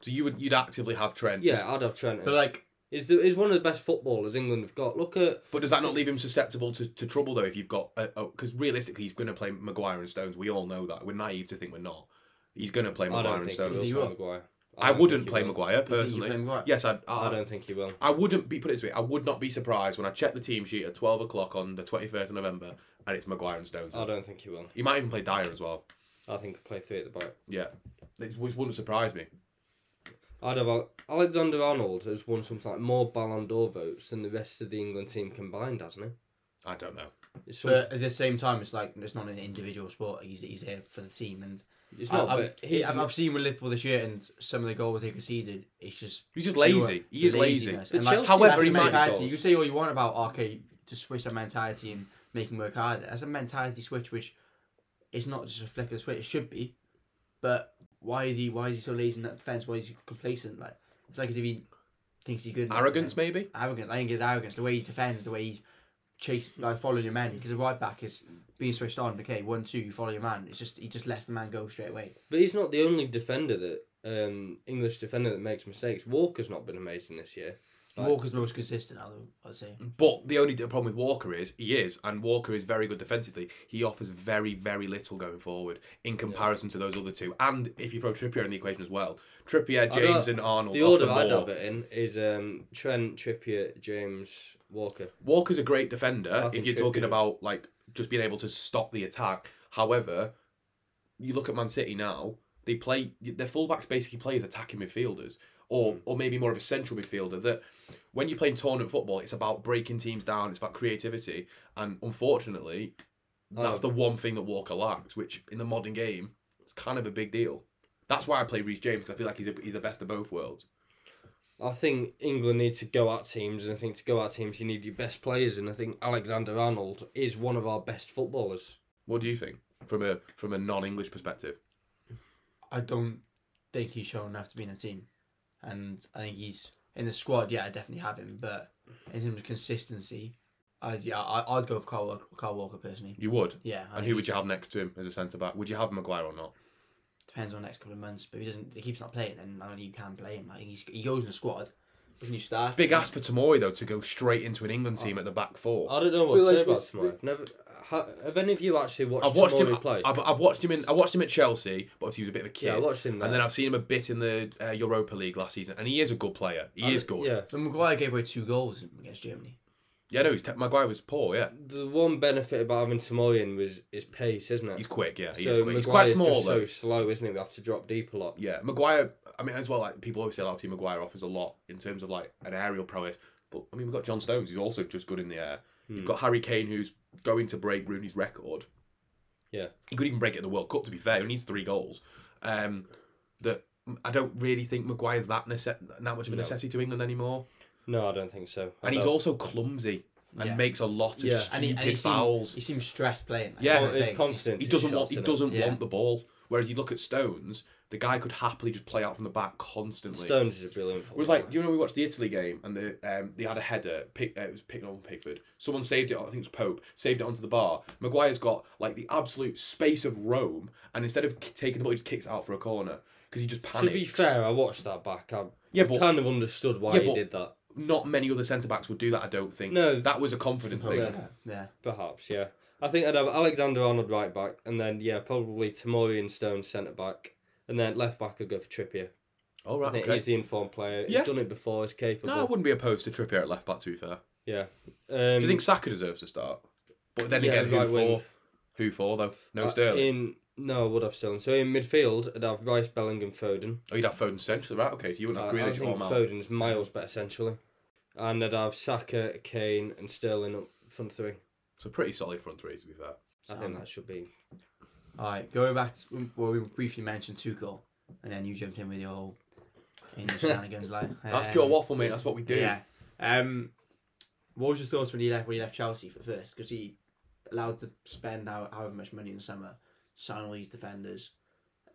Speaker 2: So you would you'd actively have Trent.
Speaker 3: Yeah, I'd have Trent. in.
Speaker 1: But like,
Speaker 3: Is the is one of the best footballers England have got. Look at
Speaker 2: But does that not leave him susceptible to, to trouble though? If you've got because realistically he's going to play Maguire and Stones. We all know that. We're naive to think we're not. He's going to play
Speaker 3: I
Speaker 2: Maguire
Speaker 3: don't
Speaker 2: and
Speaker 3: think he
Speaker 2: Stones.
Speaker 3: will
Speaker 1: You
Speaker 3: play
Speaker 1: will.
Speaker 3: Maguire.
Speaker 2: I,
Speaker 3: don't think
Speaker 2: wouldn't
Speaker 3: he
Speaker 2: play
Speaker 3: will.
Speaker 2: Maguire
Speaker 1: you think you
Speaker 2: personally.
Speaker 1: play Maguire?
Speaker 2: Yes, I'd, I,
Speaker 3: I don't think he will.
Speaker 2: I wouldn't be put it this way. I would not be surprised when I check the team sheet at twelve o'clock on the twenty first of November and it's Maguire and Stones.
Speaker 3: I don't think he will.
Speaker 2: He might even play Dyer as well.
Speaker 3: I think he'll play three at the back.
Speaker 2: Yeah, it w- wouldn't surprise me.
Speaker 3: I'd have Al- Alexander Arnold has won something like more Ballon d'Or votes than the rest of the England team combined, hasn't
Speaker 2: I don't know.
Speaker 3: he? It's, some,
Speaker 1: but at the same time, it's like it's not an individual sport. He's he's here for the team, and
Speaker 3: it's
Speaker 1: I,
Speaker 3: not.
Speaker 1: I've,
Speaker 3: but
Speaker 1: he,
Speaker 3: here's
Speaker 1: I've,
Speaker 3: the-
Speaker 1: I've seen with Liverpool this year, and some of the goals they conceded, it's just
Speaker 2: He's just
Speaker 1: pure
Speaker 2: lazy. He is lazy.
Speaker 1: laziness.
Speaker 3: But
Speaker 1: And, like,
Speaker 3: Chelsea
Speaker 1: however,
Speaker 2: has
Speaker 1: he
Speaker 2: amazing
Speaker 1: mentality.
Speaker 3: goals.
Speaker 1: You can say all you want about okay, just switch that mentality and make him work harder. That's a mentality switch, which is not just a flick of the switch. It should be, but why is he? Why is he so lazy in that defense? Why is he complacent? Like it's like as if he thinks he's good. in that
Speaker 2: Arrogance
Speaker 1: defence.
Speaker 2: maybe.
Speaker 1: Arrogance. I think it's arrogance. The way he defends, the way he chases, like following your man. Because the right back is being switched on. Okay, one, two, you follow your man. It's just he just lets the man go straight away.
Speaker 3: But he's not the only defender that um, English defender that makes mistakes. Walker's not been amazing this year. Like-
Speaker 1: Walker's the most consistent. I'll, I'll say.
Speaker 2: But the only problem with Walker is he is, and Walker is very good defensively. He offers very, very little going forward in comparison to those other two. And if you throw Trippier in the equation as well, Trippier,
Speaker 3: I know,
Speaker 2: James, and Arnold.
Speaker 3: The order
Speaker 2: offer
Speaker 3: I'd
Speaker 2: more.
Speaker 3: have it in is um, Trent, Trippier, James, Walker.
Speaker 2: Walker's a great defender
Speaker 3: I
Speaker 2: if
Speaker 3: think
Speaker 2: you're talking
Speaker 3: Trippier's-
Speaker 2: about like just being able to stop the attack. However, you look at Man City now; they play their fullbacks basically play as attacking midfielders, or
Speaker 3: Hmm.
Speaker 2: or maybe more of a central midfielder. That when you're playing tournament football, it's about breaking teams down. It's about creativity, and unfortunately, that's the
Speaker 3: Oh.
Speaker 2: one thing that Walker lacks, which in the modern game is kind of a big deal. That's why I play Reece James 'cause I feel like he's a, he's the best of both worlds.
Speaker 3: I think England need to go at teams, and I think to go at teams, you need your best players, and I think Alexander Arnold is one of our best footballers.
Speaker 2: What do you think from a from a non-English perspective?
Speaker 1: I don't think he's shown enough to be in a team, and I think he's in the squad. Yeah, I definitely have him, but in terms of consistency, I'd yeah, I, I'd go with Carl Walker, Carl Walker personally.
Speaker 2: You would.
Speaker 1: Yeah, I
Speaker 2: And
Speaker 1: think
Speaker 2: who would
Speaker 1: he's-
Speaker 2: you have next to him as a centre back? Would you have Maguire or not?
Speaker 1: Depends on the next couple of months, but if he doesn't. He keeps not playing, then I don't think you can play him. Like he's, he goes in the squad, but can you start?
Speaker 2: Big
Speaker 1: him?
Speaker 2: ask for Tomori though to go straight into an England
Speaker 3: Oh.
Speaker 2: team at the back four.
Speaker 3: I don't know what
Speaker 1: Well,
Speaker 3: to say
Speaker 1: like,
Speaker 3: about
Speaker 1: it's-
Speaker 3: tomorrow. I've never ha, have any of you actually watched,
Speaker 2: I've watched
Speaker 3: Tomori
Speaker 2: him.
Speaker 3: play?
Speaker 2: I've, I've watched him in. I watched him at Chelsea, but obviously he was a bit of a kid.
Speaker 3: yeah, I watched him.
Speaker 2: and then I've seen him a bit in the uh, Europa League last season, and he is a good player. He is good.
Speaker 3: Yeah,
Speaker 1: But Maguire gave away two goals against Germany.
Speaker 2: yeah. No, he's te- Maguire was poor. Yeah,
Speaker 3: the one benefit about having Tomori in was his pace, isn't it?
Speaker 2: he's quick. Yeah, he is
Speaker 3: so
Speaker 2: quick.
Speaker 3: Maguire's
Speaker 2: He's quite small
Speaker 3: just
Speaker 2: though.
Speaker 3: so slow, isn't he? We have to drop deep a lot.
Speaker 2: Yeah, Maguire. I mean, as well, like people always say, like, obviously Maguire offers a lot in terms of like an aerial prowess. But I mean, we've got John Stones, who's also just good in the air. You've
Speaker 3: Hmm.
Speaker 2: got Harry Kane, who's going to break Rooney's record.
Speaker 3: Yeah.
Speaker 2: he could even break it in the World Cup. To be fair, he needs three goals. Um, that I don't really think Maguire's that nece- that much of a
Speaker 3: No.
Speaker 2: necessity to England anymore.
Speaker 3: No, I don't think so. I
Speaker 2: And he's
Speaker 3: don't-
Speaker 2: also clumsy and
Speaker 1: Yeah.
Speaker 2: makes a lot of
Speaker 3: Yeah.
Speaker 2: stupid
Speaker 1: And he, and he seemed,
Speaker 2: fouls.
Speaker 1: he seemed stressed playing. Like,
Speaker 2: Yeah.
Speaker 1: wasn't
Speaker 3: his
Speaker 1: playing, so he's-
Speaker 3: confidence.
Speaker 2: He doesn't want.
Speaker 3: shots,
Speaker 2: He
Speaker 3: innit?
Speaker 2: doesn't
Speaker 1: Yeah.
Speaker 2: want the ball. Whereas you look at Stones, the guy could happily just play out from the back constantly.
Speaker 3: Stones is a brilliant footballer.
Speaker 2: It was like, do you know we watched the Italy game and the um, they had a header, pick, uh, it was picked on Pickford. Someone saved it, I think it was Pope, saved it onto the bar. Maguire's got like the absolute space of Rome, and instead of k- taking the ball, he just kicks it out for a corner because he just panics.
Speaker 3: to be fair, I watched that back. I
Speaker 2: yeah, but
Speaker 3: kind of understood why
Speaker 2: Yeah,
Speaker 3: he
Speaker 2: but-
Speaker 3: did that.
Speaker 2: not many other centre backs would do that. I don't think.
Speaker 3: No.
Speaker 2: that was a confidence thing.
Speaker 3: Yeah.
Speaker 1: Yeah.
Speaker 3: Perhaps, yeah. I think I'd have Alexander Arnold right back, and then yeah, probably Tamori and Stone centre back, and then left back I'd go for Trippier.
Speaker 2: Oh
Speaker 3: I
Speaker 2: right,
Speaker 3: think
Speaker 2: okay.
Speaker 3: he's the informed player.
Speaker 2: Yeah.
Speaker 3: He's done it before. He's capable.
Speaker 2: No, I wouldn't be opposed to Trippier at left back. To be fair,
Speaker 3: Yeah. Um,
Speaker 2: do you think Saka deserves to start? But then
Speaker 3: yeah,
Speaker 2: again, who
Speaker 3: right
Speaker 2: for?
Speaker 3: wing.
Speaker 2: Who for though? No
Speaker 3: uh,
Speaker 2: Sterling.
Speaker 3: In no, I would have Sterling. So in midfield, I'd have Rice, Bellingham, Foden.
Speaker 2: Oh, you'd have Foden central, right? Okay, so you wouldn't
Speaker 3: I,
Speaker 2: have
Speaker 3: I
Speaker 2: Grealish or
Speaker 3: think
Speaker 2: Mount.
Speaker 3: Foden's miles better centrally, and I'd have Saka, Kane, and Sterling up front three.
Speaker 2: So pretty solid front three, to be fair.
Speaker 3: I think that should be.
Speaker 1: All right, going back to where we briefly mentioned Tuchel, and then you jumped in with your whole
Speaker 2: [LAUGHS]
Speaker 1: English shenanigans, like
Speaker 2: That's
Speaker 1: um,
Speaker 2: pure waffle, mate. That's what we do.
Speaker 1: Yeah. Um, what was your thoughts when he left when he left Chelsea for first? Because he allowed to spend how, however much money in the summer, sign all these defenders,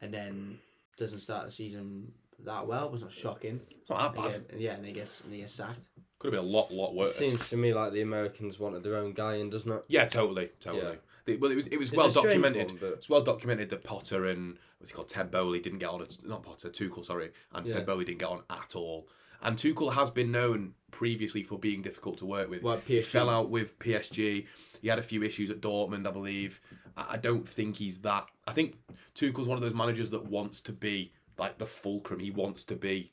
Speaker 1: and then doesn't start the season that well. Was not shocking.
Speaker 2: It's not that
Speaker 1: And
Speaker 2: bad.
Speaker 1: he get- yeah, and he gets and he gets sacked.
Speaker 2: Could have been a lot, lot
Speaker 3: It
Speaker 2: worse.
Speaker 3: seems to me like the Americans wanted their own guy in, doesn't it?
Speaker 2: Yeah, totally, totally.
Speaker 3: Yeah.
Speaker 2: The- well, it was it was
Speaker 3: It's
Speaker 2: well
Speaker 3: a strange
Speaker 2: documented.
Speaker 3: one, but-
Speaker 2: It's well documented that Potter and what's he called Ted Bowley didn't get on. At, not Potter, Tuchel, sorry, and
Speaker 3: Yeah.
Speaker 2: Ted Bowley didn't get on at all. And Tuchel has been known previously for being difficult to work with.
Speaker 1: Well,
Speaker 2: He
Speaker 1: PSG.
Speaker 2: fell out with PSG. He had a few issues at Dortmund, I believe. I I don't think he's that. I think Tuchel's one of those managers that wants to be like the fulcrum. He wants to be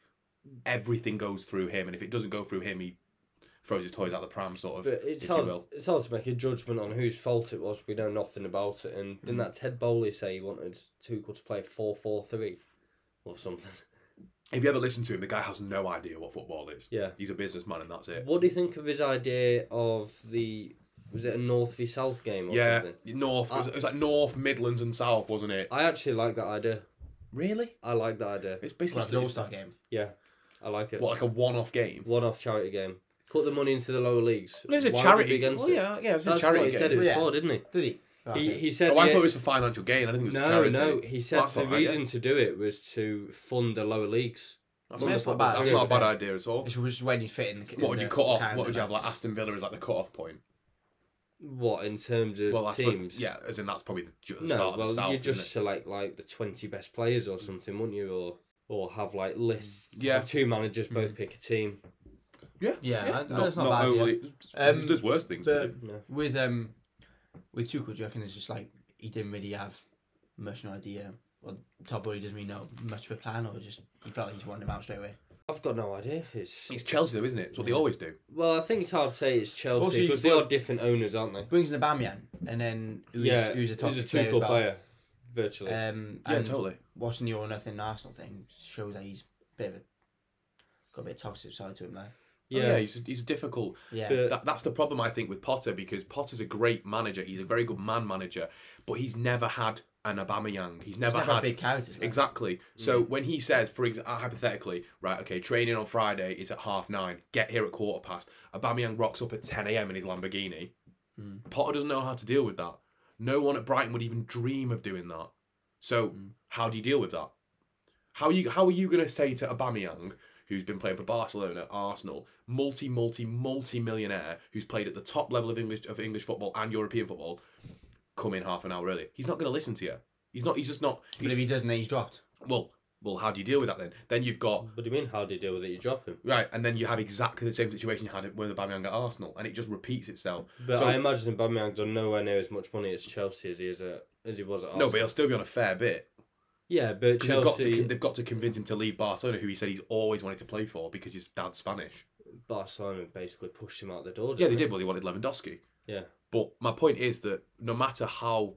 Speaker 2: everything goes through him, and if it doesn't go through him, he throws his toys out the pram, sort of.
Speaker 3: But it's
Speaker 2: if you
Speaker 3: hard.
Speaker 2: will.
Speaker 3: It's hard to make a judgment on whose fault it was. We know nothing about it. And
Speaker 2: Hmm.
Speaker 3: didn't that Ted Bowley say he wanted Tuchel to play four four three, or something? [LAUGHS]
Speaker 2: If you ever listen to him, the guy has no idea what football is.
Speaker 3: Yeah.
Speaker 2: He's a businessman, and that's it.
Speaker 3: What do you think of his idea of the? Was it a North v South game or
Speaker 2: yeah,
Speaker 3: something? Uh,
Speaker 2: North. it, was, it was like North, Midlands, and South, wasn't it?
Speaker 3: I actually like that idea.
Speaker 2: Really?
Speaker 3: I like that idea.
Speaker 2: It's basically
Speaker 1: Well,
Speaker 2: just
Speaker 1: an All Star game.
Speaker 3: Yeah, I like it.
Speaker 2: what like a one-off game.
Speaker 3: [LAUGHS] One-off charity game. Put the money into the lower leagues.
Speaker 2: Well, it's a
Speaker 3: Why would you be
Speaker 2: charity.
Speaker 3: against
Speaker 2: Well,
Speaker 3: it?
Speaker 2: Oh, yeah, yeah, it's a
Speaker 3: That's
Speaker 2: charity
Speaker 3: what he
Speaker 2: game.
Speaker 3: said it was
Speaker 1: Yeah.
Speaker 3: for, didn't he?
Speaker 1: Did he?
Speaker 3: He, he said
Speaker 2: oh, I
Speaker 3: the-
Speaker 2: thought it was for financial gain. I didn't think it was for
Speaker 3: no,
Speaker 2: charity.
Speaker 3: no. He said
Speaker 2: That's
Speaker 3: the
Speaker 2: alright, yeah.
Speaker 3: reason to do it was to fund the lower leagues.
Speaker 2: That's,
Speaker 1: Yeah,
Speaker 2: not,
Speaker 1: it's not
Speaker 2: bad.
Speaker 1: bad.
Speaker 2: That's
Speaker 3: Yeah.
Speaker 2: not a bad idea at all.
Speaker 1: This was just when you fit in. the- in
Speaker 2: What would
Speaker 1: the
Speaker 2: you cut off?
Speaker 1: calendar,
Speaker 2: What would you have? Like Aston Villa is like the cut-off point.
Speaker 3: What in terms of
Speaker 2: Well, I suppose-
Speaker 3: teams?
Speaker 2: yeah, as in that's probably the, ju- the start
Speaker 3: No,
Speaker 2: of
Speaker 3: well,
Speaker 2: the South.
Speaker 3: you
Speaker 2: isn't
Speaker 3: just
Speaker 2: it?
Speaker 3: select like the twenty best players or something, wouldn't you? Or or have like lists.
Speaker 2: Yeah. Hmm.
Speaker 3: have Two managers both pick a team.
Speaker 1: Yeah,
Speaker 2: Yeah,
Speaker 1: I- I- that's not, bad. yeah.
Speaker 2: overly.
Speaker 1: Um,
Speaker 2: There's worse things. to
Speaker 1: but-
Speaker 2: do.
Speaker 3: No.
Speaker 1: With um, with Tuchel, do you reckon it's just like he didn't really have much of an idea, or Todd Boy doesn't really know much of a plan, or just he felt like he just wanted him out straight away.
Speaker 3: I've got no idea. If it's
Speaker 2: It's Chelsea, though, isn't it? It's what they always do.
Speaker 3: well, I think it's hard to say it's
Speaker 1: Also,
Speaker 3: Chelsea
Speaker 1: you-
Speaker 3: because they are different owners, aren't they?
Speaker 1: Brings in Bamian, and then who's, who's a top
Speaker 3: who's a
Speaker 1: player, as
Speaker 3: Tuchel
Speaker 1: well.
Speaker 3: player, virtually.
Speaker 1: Um,
Speaker 2: Yeah,
Speaker 1: and
Speaker 2: totally. Oh,
Speaker 1: watching the all or nothing Arsenal thing shows that he's a bit of a got a bit of toxic side to him now.
Speaker 2: oh, Yeah,
Speaker 3: yeah,
Speaker 2: he's he's difficult.
Speaker 1: Yeah,
Speaker 3: But-
Speaker 2: That, that's the problem I think with Potter because Potter's a great manager. He's a very good man manager, but he's never had an Aubameyang. He's
Speaker 1: he's
Speaker 2: never
Speaker 1: not had
Speaker 2: had
Speaker 1: big characters. Like.
Speaker 2: exactly. So
Speaker 1: Mm.
Speaker 2: when he says, for ex- uh, hypothetically, right, okay, training on Friday is at half nine. Get here at quarter past. Aubameyang rocks up at ten a.m. in his Lamborghini.
Speaker 1: Mm.
Speaker 2: Potter doesn't know how to deal with that. No one at Brighton would even dream of doing that. So
Speaker 1: Mm.
Speaker 2: how do you deal with that? How are you how are you going to say to Aubameyang, who's been playing for Barcelona, Arsenal, multi multi multi millionaire, who's played at the top level of English of English football and European football, come in half an hour early? He's not going to listen to you. He's not. He's just not.
Speaker 1: But
Speaker 2: he's-
Speaker 1: if he doesn't, then he's dropped.
Speaker 2: well, well, how do you deal with that then? Then you've got
Speaker 3: What do you mean? How do you deal with it? You drop him.
Speaker 2: right, and then you have exactly the same situation you had with Aubameyang at Arsenal, and it just repeats itself.
Speaker 3: But
Speaker 2: So-
Speaker 3: I imagine Aubameyang's on nowhere near as much money as Chelsea as he is at as he was at Arsenal.
Speaker 2: No, but he'll still be on a fair bit.
Speaker 3: yeah, but
Speaker 2: Because they've got to
Speaker 3: Chelsea,
Speaker 2: con- they've got to convince him to leave Barcelona, who he said he's always wanted to play for because his dad's Spanish.
Speaker 3: Barcelona basically pushed him out the door.
Speaker 2: Yeah,
Speaker 3: Didn't
Speaker 2: they did. Well, they wanted Lewandowski.
Speaker 3: Yeah.
Speaker 2: But my point is that no matter how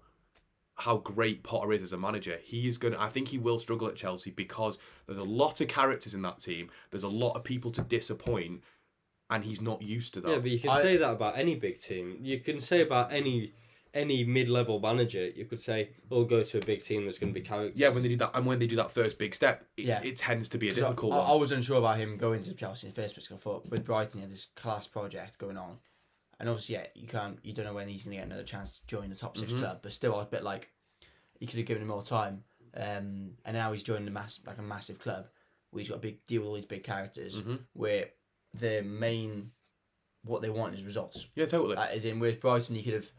Speaker 2: how great Potter is as a manager, he is gonna. I think he will struggle at Chelsea because there's a lot of characters in that team. There's a lot of people to disappoint, and he's not used to that.
Speaker 3: Yeah, but you can
Speaker 1: I-
Speaker 3: say that about any big team. You can say about any any mid level manager. You could say, "Oh, go to a big team that's going to be characters."
Speaker 2: Yeah, when they do that, and when they do that first big step, it,
Speaker 1: Yeah.
Speaker 2: it tends to be a
Speaker 1: 'Cause I-
Speaker 2: difficult
Speaker 1: I, I,
Speaker 2: one.
Speaker 1: was unsure about him going to Chelsea in the first place. 'cause I thought with Brighton, he had this class project going on, and obviously, yeah, you can't, you don't know when he's going to get another chance to join the top
Speaker 2: Mm-hmm.
Speaker 1: 6 club. But still, I was a bit like, you could have given him more time. Um, and now he's joined a mass like a massive club, where he's got a big deal with all these big characters,
Speaker 2: Mhm.
Speaker 1: where their main, what they want is results.
Speaker 2: Yeah, totally.
Speaker 1: That is in whereas Brighton, you could have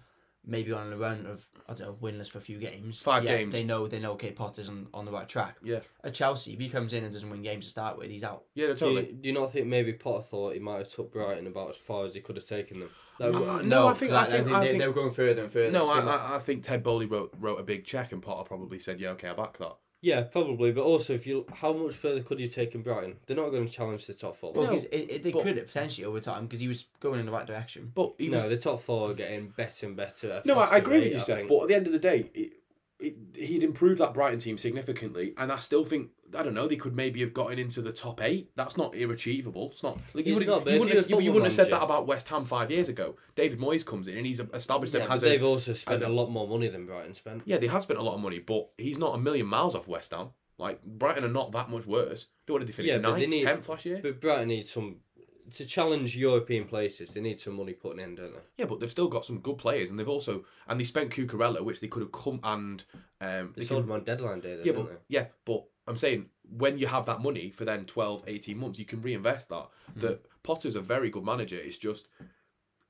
Speaker 1: maybe gone on a run of I don't know winless for a few games.
Speaker 2: Five
Speaker 1: Yeah,
Speaker 2: games.
Speaker 1: They know they know. Okay, Potter's on, on the right track.
Speaker 2: Yeah,
Speaker 1: At Chelsea, if he comes in and doesn't win games to start with, he's out.
Speaker 2: yeah, no,
Speaker 3: Do you,
Speaker 2: totally.
Speaker 3: do you not think maybe Potter thought he might have took Brighton about as far as he could have taken them? Like,
Speaker 2: Uh,
Speaker 3: well,
Speaker 2: no, I think I think, I
Speaker 1: they,
Speaker 2: think
Speaker 1: they were going further and further.
Speaker 2: no,
Speaker 1: It's
Speaker 2: I,
Speaker 1: been like-
Speaker 2: I, I think Ted Bowley wrote wrote a big check, and Potter probably said, "Yeah, okay, I back that."
Speaker 3: yeah, probably. But also, if you how much further could you take in Brighton? They're not going to challenge the top four.
Speaker 1: well,
Speaker 2: No,
Speaker 1: 'cause it, it, they
Speaker 2: but-
Speaker 1: could have potentially over time because he was going in the right direction.
Speaker 2: But he was
Speaker 3: no, the top four are getting better and better. at
Speaker 2: No, I,
Speaker 3: faster
Speaker 2: I agree with
Speaker 3: rate,
Speaker 2: you,
Speaker 3: I
Speaker 2: Seth.
Speaker 3: think.
Speaker 2: But at the end of the day, it, it, he'd improved that Brighton team significantly, and I still think I don't know they could maybe have gotten into the top eight. That's not irretrievable. It's not like you
Speaker 3: It's
Speaker 2: wouldn't,
Speaker 3: not, but
Speaker 2: you
Speaker 3: if
Speaker 2: wouldn't,
Speaker 3: you're
Speaker 2: have,
Speaker 3: a
Speaker 2: you, you
Speaker 3: football
Speaker 2: wouldn't have said that
Speaker 3: manager-
Speaker 2: about West Ham five years ago. David Moyes comes in and he's established
Speaker 3: Yeah,
Speaker 2: them
Speaker 3: but
Speaker 2: as a
Speaker 3: they've also spent
Speaker 2: a-
Speaker 3: a lot more money than Brighton spent.
Speaker 2: yeah they have spent a lot of money, but he's not a million miles off West Ham. Like Brighton are not that much worse. They wanted to finish
Speaker 3: Yeah, but they
Speaker 2: ninth,
Speaker 3: need-
Speaker 2: tenth last year.
Speaker 3: But Brighton needs some to challenge European places. They need some money putting in, don't they?
Speaker 2: Yeah, but they've still got some good players, and they've also and they spent Cucurella, which they could have come and um,
Speaker 3: They
Speaker 2: they
Speaker 3: sold
Speaker 2: can-
Speaker 3: him on deadline day, though,
Speaker 2: yeah,
Speaker 3: didn't
Speaker 2: but, yeah, but I'm saying when you have that money for then 12, 18 months, you can reinvest that.
Speaker 3: Hmm.
Speaker 2: That Potter's a very good manager. It's just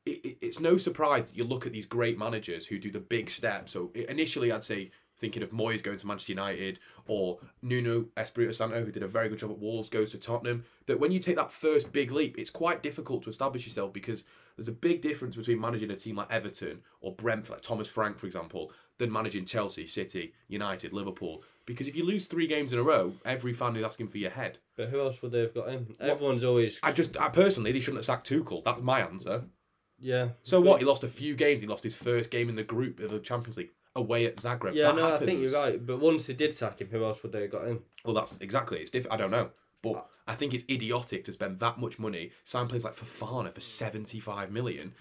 Speaker 2: it, it- it's no surprise that you look at these great managers who do the big step. So i- initially, I'd say thinking of Moyes going to Manchester United or Nuno Espirito Santo, who did a very good job at Wolves, goes to Tottenham. That when you take that first big leap, it's quite difficult to establish yourself because there's a big difference between managing a team like Everton or Brentford, like Thomas Frank, for example, than managing Chelsea, City, United, Liverpool. Because if you lose three games in a row, every fan is asking for your head.
Speaker 3: they? But who else would they have got in? Everyone's always
Speaker 2: I just, I personally, they shouldn't have sacked Tuchel. That's my answer.
Speaker 3: yeah.
Speaker 2: So what? He lost a few games. He lost his first game in the group of the Champions League away at Zagreb.
Speaker 3: Yeah,
Speaker 2: That
Speaker 3: no, I think
Speaker 2: happens.
Speaker 3: you're right. But once they did sack him, who else would they have got in?
Speaker 2: Well, that's exactly. It's different. I don't know, but I think it's idiotic to spend that much money. Sign players like Fafana for seventy-five million,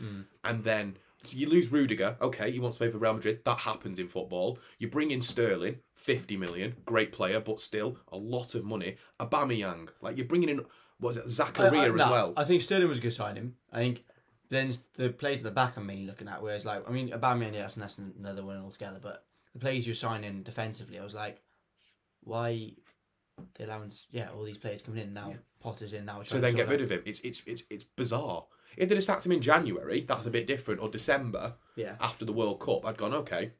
Speaker 2: and then so you lose Rudiger. Okay, he wants to play for Real Madrid. That happens in football. You bring in Sterling, fifty million, great player, but still a lot of money. Aubameyang, like you're bringing in what is it
Speaker 1: I- I-
Speaker 2: Zakaria as
Speaker 1: no,
Speaker 2: well?
Speaker 1: I think Sterling was a good signing. I think then it's the players at the back I'm mainly looking at, whereas like I mean Aubameyang, yeah, that's, that's another one altogether. But the players you're signing defensively, I was like, why the allowance? Yeah, all these players coming in now. Potter's in now.
Speaker 2: to then get rid of him. It's it's it's it's bizarre. If they'd have sacked him in January, that's a bit different, or December
Speaker 1: Yeah.
Speaker 2: after the World Cup, I'd gone, okay,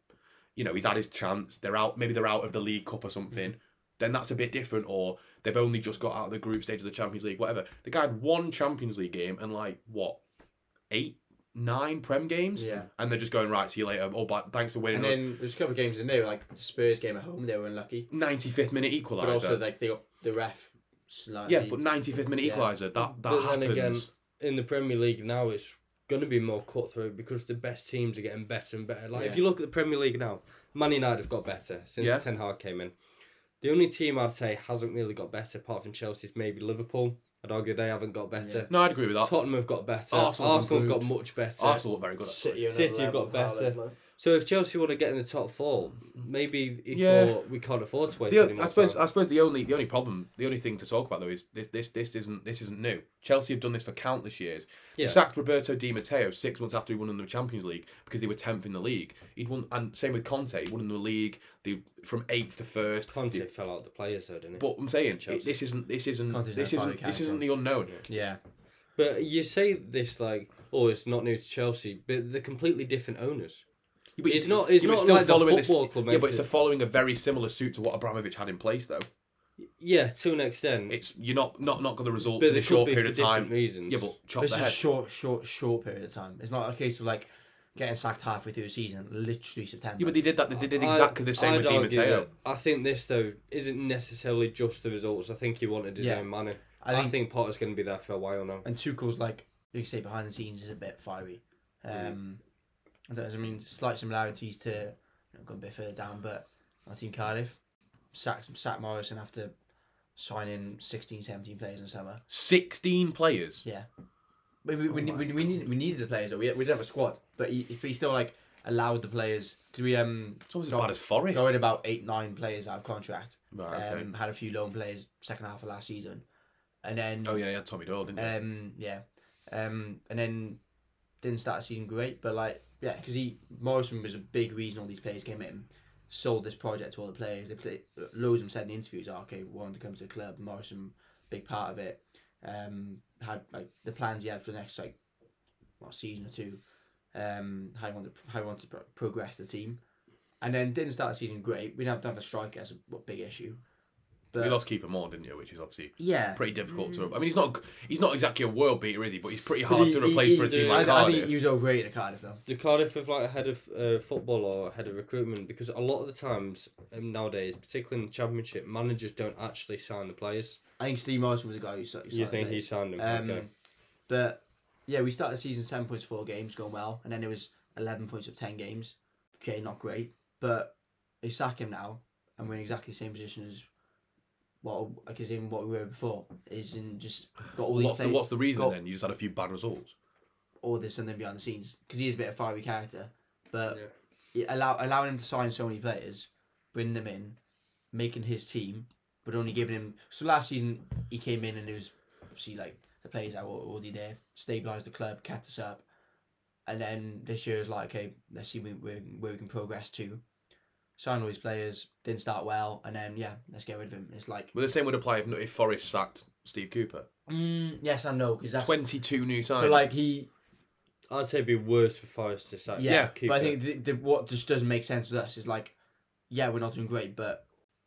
Speaker 2: you know, he's had his chance. They're out, maybe they're out of the League Cup or something.
Speaker 1: Mm-hmm.
Speaker 2: Then that's a bit different, or they've only just got out of the group stage of the Champions League, whatever. The guy had one Champions League game and like what, eight, nine Prem games,
Speaker 1: Yeah.
Speaker 2: and they're just going right. See you later. Oh, but thanks for winning.
Speaker 1: And
Speaker 2: us.
Speaker 1: then there's a couple of games in there, like the Spurs game at home, they were unlucky.
Speaker 2: 95th minute equaliser.
Speaker 1: But also like they got the ref slightly.
Speaker 2: yeah, but 95th minute
Speaker 1: Yeah.
Speaker 2: equaliser. That that
Speaker 3: But then
Speaker 2: happens.
Speaker 3: again, in the Premier League now it's going to be more cutthroat because the best teams are getting better and better. Like if
Speaker 1: Yeah.
Speaker 3: you look at the Premier League now, Man United have got better since
Speaker 2: Yeah.
Speaker 3: Ten Hag came in. The only team I'd say hasn't really got better apart from Chelsea's maybe Liverpool. I'd argue they haven't got better.
Speaker 2: no, I'd agree with that.
Speaker 3: Tottenham have got better.
Speaker 2: Arsenal have
Speaker 3: Arsenal's got
Speaker 2: improved.
Speaker 3: much better.
Speaker 2: Arsenal look very good.
Speaker 1: City, are
Speaker 2: actually.
Speaker 1: another
Speaker 3: City have
Speaker 1: level,
Speaker 3: got better.
Speaker 1: Haaland, like-
Speaker 3: So if Chelsea want to get in the top four, maybe he
Speaker 2: Yeah.
Speaker 3: thought we can't afford to waste
Speaker 2: The,
Speaker 3: any
Speaker 2: o-
Speaker 3: more
Speaker 2: I suppose
Speaker 3: time.
Speaker 2: I suppose the only the only problem the only thing to talk about though is this this this isn't this isn't new. Chelsea have done this for countless years.
Speaker 3: Yeah.
Speaker 2: They sacked Roberto Di Matteo six months after he won the Champions League because they were tenth in the league. He'd won and same with Conte. He won the league. They from eighth to first.
Speaker 3: Conte
Speaker 2: They-
Speaker 3: fell out the players though, didn't he?
Speaker 2: But I'm saying
Speaker 3: Chelsea.
Speaker 2: it, this isn't this isn't
Speaker 1: Conte's
Speaker 2: this
Speaker 1: not a
Speaker 2: isn't this
Speaker 1: character.
Speaker 2: isn't the unknown.
Speaker 1: Yeah.
Speaker 3: But you say this like, oh, it's not new to Chelsea, but they're completely different owners.
Speaker 2: But
Speaker 3: It's not- it's
Speaker 2: but
Speaker 3: not like the football club
Speaker 2: Yeah, but
Speaker 3: makes
Speaker 2: it's
Speaker 3: it.
Speaker 2: a following a very similar suit to what Abramovich had in place though.
Speaker 3: Yeah, to an extent.
Speaker 2: It's you're not not not got the results
Speaker 3: but
Speaker 2: in
Speaker 3: they
Speaker 2: a
Speaker 3: could
Speaker 2: short
Speaker 3: be
Speaker 2: period
Speaker 3: for
Speaker 2: of time.
Speaker 3: different reasons.
Speaker 2: Yeah, but chop
Speaker 1: This
Speaker 2: the
Speaker 1: is a
Speaker 2: head.
Speaker 1: short, short, short period of time. It's not a case of like getting sacked halfway through the season, literally September.
Speaker 2: Yeah, but they did that. They did
Speaker 3: I-
Speaker 2: exactly the same
Speaker 3: I'd
Speaker 2: with Di
Speaker 3: argue
Speaker 2: Matteo.
Speaker 3: that- I think this though isn't necessarily just the results. I think he wanted his
Speaker 1: Yeah.
Speaker 3: own money.
Speaker 1: I
Speaker 3: I think,
Speaker 1: think-
Speaker 3: Potter's going to be there for a while now.
Speaker 1: and Tuchel's like you can say behind the scenes is a bit fiery.
Speaker 2: Mm.
Speaker 1: Um, I don't know. I mean, slight similarities to you know, going a bit further down, but our team Cardiff sacked sacked Morrison after signing 16, 17 players in the summer.
Speaker 2: 16 players.
Speaker 1: Yeah, we we, we,
Speaker 2: Oh
Speaker 1: we, we, needed, we needed the players though. We, we didn't have a squad, but he, he still like allowed the players because we um
Speaker 2: It's almost as
Speaker 1: got-
Speaker 2: bad as Forest.
Speaker 1: going about eight, nine players out of contract.
Speaker 2: Right, okay.
Speaker 1: Um, had a few loan players second half of last season, and then
Speaker 2: oh, yeah, yeah, Tommy Doyle, didn't he?
Speaker 1: um, yeah, um, and then didn't start the season great, but like yeah, because he Morrison was a big reason all these players came in, sold this project to all the players. They play, loads of them said in interviews, "Oh, okay, wanted to come to the club. Morrison, big part of it. Um, had like the plans he had for the next like, what season or two, um, how he wanted how he wanted to pro- progress the team, and then didn't start the season great. We didn't have to have a striker as a what, big issue, but
Speaker 2: you lost Keeper Moore, didn't you? Which is obviously
Speaker 1: uh, yeah,
Speaker 2: pretty difficult to. I mean, he's not he's not exactly a world beater, is he? But he's pretty
Speaker 1: But
Speaker 2: hard
Speaker 1: he-
Speaker 2: to
Speaker 1: he-
Speaker 2: replace
Speaker 1: he-
Speaker 2: for a team
Speaker 1: I,
Speaker 2: like
Speaker 1: I
Speaker 2: Cardiff.
Speaker 1: think he was overrated at Cardiff though.
Speaker 3: Do Cardiff have like a head of uh, football or a head of recruitment? Because a lot of the times um, nowadays, particularly in the Championship, managers don't actually sign the players.
Speaker 1: I think Steve Morrison was the guy who started.
Speaker 3: You think he signed them?
Speaker 1: Um,
Speaker 3: okay.
Speaker 1: But yeah, we started the season seven points four games, going well, and then it was eleven points of ten games. Okay, not great, but They sack him now, and we're in exactly the same position as what I guess in what we were before. Is in just got all these
Speaker 4: What's the,
Speaker 1: players,
Speaker 4: what's the reason
Speaker 1: got-
Speaker 4: then? You just had a few bad results.
Speaker 1: all this and then behind the scenes because he is a bit of a fiery character, but
Speaker 3: Yeah.
Speaker 1: it- allow allowing him to sign so many players, bring them in, making his team, but only giving him. So last season he came in and it was obviously like the players that were already there, stabilised the club, kept us up, and then this year is like okay, let's see where, where, where we can progress to. Sign all these players, didn't start well, and then yeah, let's get rid of him. It's like
Speaker 4: Well, the same would apply if, if Forrest sacked Steve Cooper.
Speaker 1: mm, yes, I know because that's
Speaker 4: 22 new signings.
Speaker 1: but like he
Speaker 3: I'd say it'd be worse for Forest to sack.
Speaker 1: Uh, Yeah,
Speaker 3: Cooper.
Speaker 1: but I think the, the, what just doesn't make sense with us is like, yeah, we're not doing great, but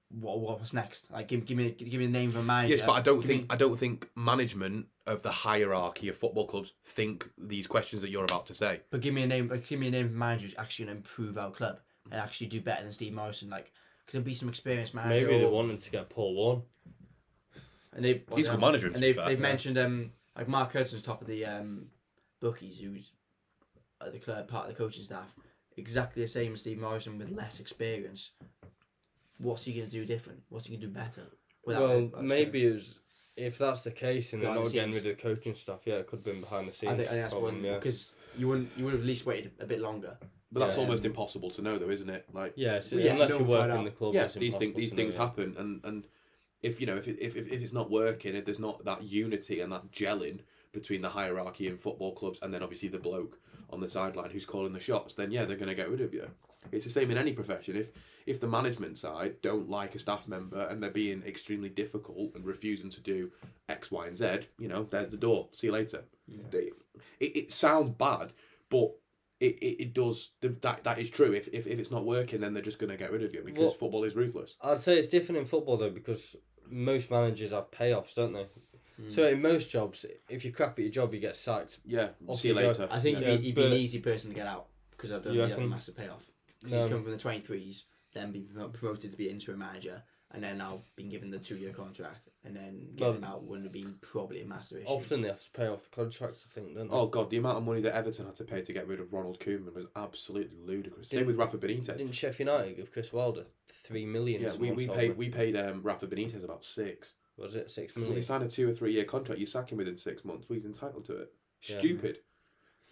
Speaker 1: what what's next? Like, give, give me give me the name of a manager.
Speaker 4: Yes, but I don't
Speaker 1: give
Speaker 4: think
Speaker 1: me-
Speaker 4: I don't think management of the hierarchy of football clubs think these questions that you're about to say.
Speaker 1: but give me a name. But give me a name of a manager who's actually going to improve our club and actually do better than Steve Morrison. Like, because there'd be some experienced manager.
Speaker 3: maybe they
Speaker 1: or-
Speaker 3: wanted to get Paul Warren.
Speaker 1: And they've well,
Speaker 4: He's a
Speaker 1: they
Speaker 4: good
Speaker 1: haven't.
Speaker 4: manager. to
Speaker 1: And
Speaker 4: be
Speaker 1: they've
Speaker 4: fair.
Speaker 1: they've mentioned um like Mark Hudson's top of the um bookies, who's at the club part of the coaching staff, exactly the same as Steve Morrison with less experience. What's he going to do different? What's he going to do better?
Speaker 3: well,
Speaker 1: experience?
Speaker 3: maybe it was, if that's the case and they're
Speaker 1: Behind the
Speaker 3: not getting
Speaker 1: scenes.
Speaker 3: rid of the coaching stuff, yeah, it could have been behind the scenes.
Speaker 1: I think, I think that's
Speaker 3: problem,
Speaker 1: one
Speaker 3: yeah.
Speaker 1: because you wouldn't you would have at least waited a bit longer.
Speaker 2: But that's
Speaker 3: Yeah.
Speaker 2: almost impossible to know, though, isn't it? Like,
Speaker 3: Yeah, so
Speaker 1: Well, yeah,
Speaker 3: unless
Speaker 1: no
Speaker 3: you
Speaker 1: one
Speaker 3: work
Speaker 1: found
Speaker 3: in the
Speaker 1: out.
Speaker 3: club,
Speaker 2: yeah,
Speaker 3: it's
Speaker 2: these things
Speaker 3: impossible
Speaker 2: these
Speaker 3: to
Speaker 2: things
Speaker 3: know, yeah.
Speaker 2: happen, and and if you know if it, if, if if it's not working, if there's not that unity and that gelling between the hierarchy in football clubs, and then obviously the bloke on the sideline who's calling the shots, then yeah, they're going to get rid of you. It's the same in any profession. If if the management side don't like a staff member and they're being extremely difficult and refusing to do X, Y, and Z, you know, there's the door. See you later. They- It, it sounds bad, but it, it, it does that that is true. If, if if it's not working, then they're just going to get rid of you because
Speaker 3: Well-
Speaker 2: football is ruthless.
Speaker 3: I'd say it's different in football though because most managers have payoffs, don't they?
Speaker 1: Mm.
Speaker 3: So in most jobs, if you crap at your job, you get sacked.
Speaker 2: Yeah,
Speaker 3: Off
Speaker 2: see you
Speaker 3: you go.
Speaker 2: later.
Speaker 1: I think he'd,
Speaker 2: yeah.
Speaker 3: Yeah,
Speaker 1: be, he'd be an
Speaker 3: but-
Speaker 1: easy person to get out because I don't think
Speaker 3: You
Speaker 1: he'd have a
Speaker 3: reckon?
Speaker 1: massive payoff because
Speaker 3: No.
Speaker 1: he's come from the twenty threes, then been promo- promoted to be interim manager, and then now been given the two year contract, and then getting
Speaker 3: Well-
Speaker 1: him out wouldn't have been probably a massive issue.
Speaker 3: Often they have to pay off the contracts. I think, don't they?
Speaker 2: Oh god, the amount of money that Everton had to pay to get rid of Ronald Koeman was absolutely ludicrous. Same
Speaker 3: Didn't-
Speaker 2: with Rafa Benitez.
Speaker 3: Didn't Sheffield United give Chris Wilder three million?
Speaker 2: Yeah,
Speaker 3: as
Speaker 2: we,
Speaker 3: one
Speaker 2: we
Speaker 3: summer?
Speaker 2: paid we paid um, Rafa Benitez about six.
Speaker 3: was it six
Speaker 2: When
Speaker 1: Mm.
Speaker 3: million?
Speaker 2: you sign a two or three year contract, you sack him within six months. Well, he's entitled to it.
Speaker 3: Yeah.
Speaker 2: Stupid.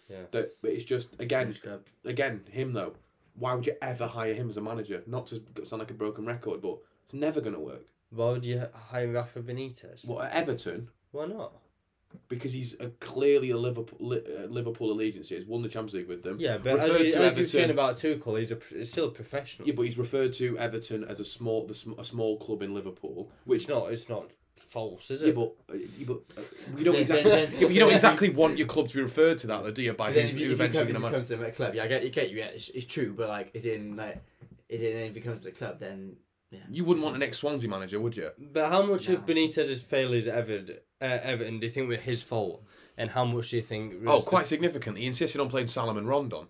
Speaker 3: Yeah.
Speaker 2: That, but it's just again,
Speaker 1: Just go-
Speaker 2: again him though. Why would you ever hire him as a manager? Not to sound like a broken record, but it's never going to work.
Speaker 3: Why would you hire Rafa Benitez?
Speaker 2: Well, at Everton,
Speaker 3: Why not?
Speaker 2: because he's a, clearly a Liverpool li- uh, Liverpool allegiance. He's won the Champions League with them.
Speaker 3: Yeah, but
Speaker 2: Referred
Speaker 3: as,
Speaker 2: to
Speaker 3: you, as
Speaker 2: Everton.
Speaker 3: you've seen about Tuchel, he's a pr- he's still a professional.
Speaker 2: Yeah, but he's referred to Everton as a small the, sm- a small club in Liverpool, which
Speaker 3: It's not. It's not false, is it?
Speaker 2: yeah, but, uh, yeah, but uh, you don't
Speaker 1: Then-
Speaker 2: exactly
Speaker 1: then-
Speaker 2: yeah, but you don't
Speaker 1: then-
Speaker 2: exactly want your club to be referred to that, though, do you? By
Speaker 1: But then
Speaker 4: who's
Speaker 1: if you,
Speaker 4: who
Speaker 1: if you, come,
Speaker 4: eventually
Speaker 1: if you
Speaker 4: going to
Speaker 1: come to a club, yeah, I get, you get you, yeah, it's, it's true, but like, is in like, is in if he comes to the club, then yeah,
Speaker 4: You wouldn't want an ex Swansea manager, would you?
Speaker 3: But how much of
Speaker 1: No.
Speaker 3: Benitez's failures at Everton, uh, Everton do you think were his fault, and how much do you think? was
Speaker 4: Oh,
Speaker 3: the-
Speaker 4: quite significantly. He insisted on playing Salomon Rondon.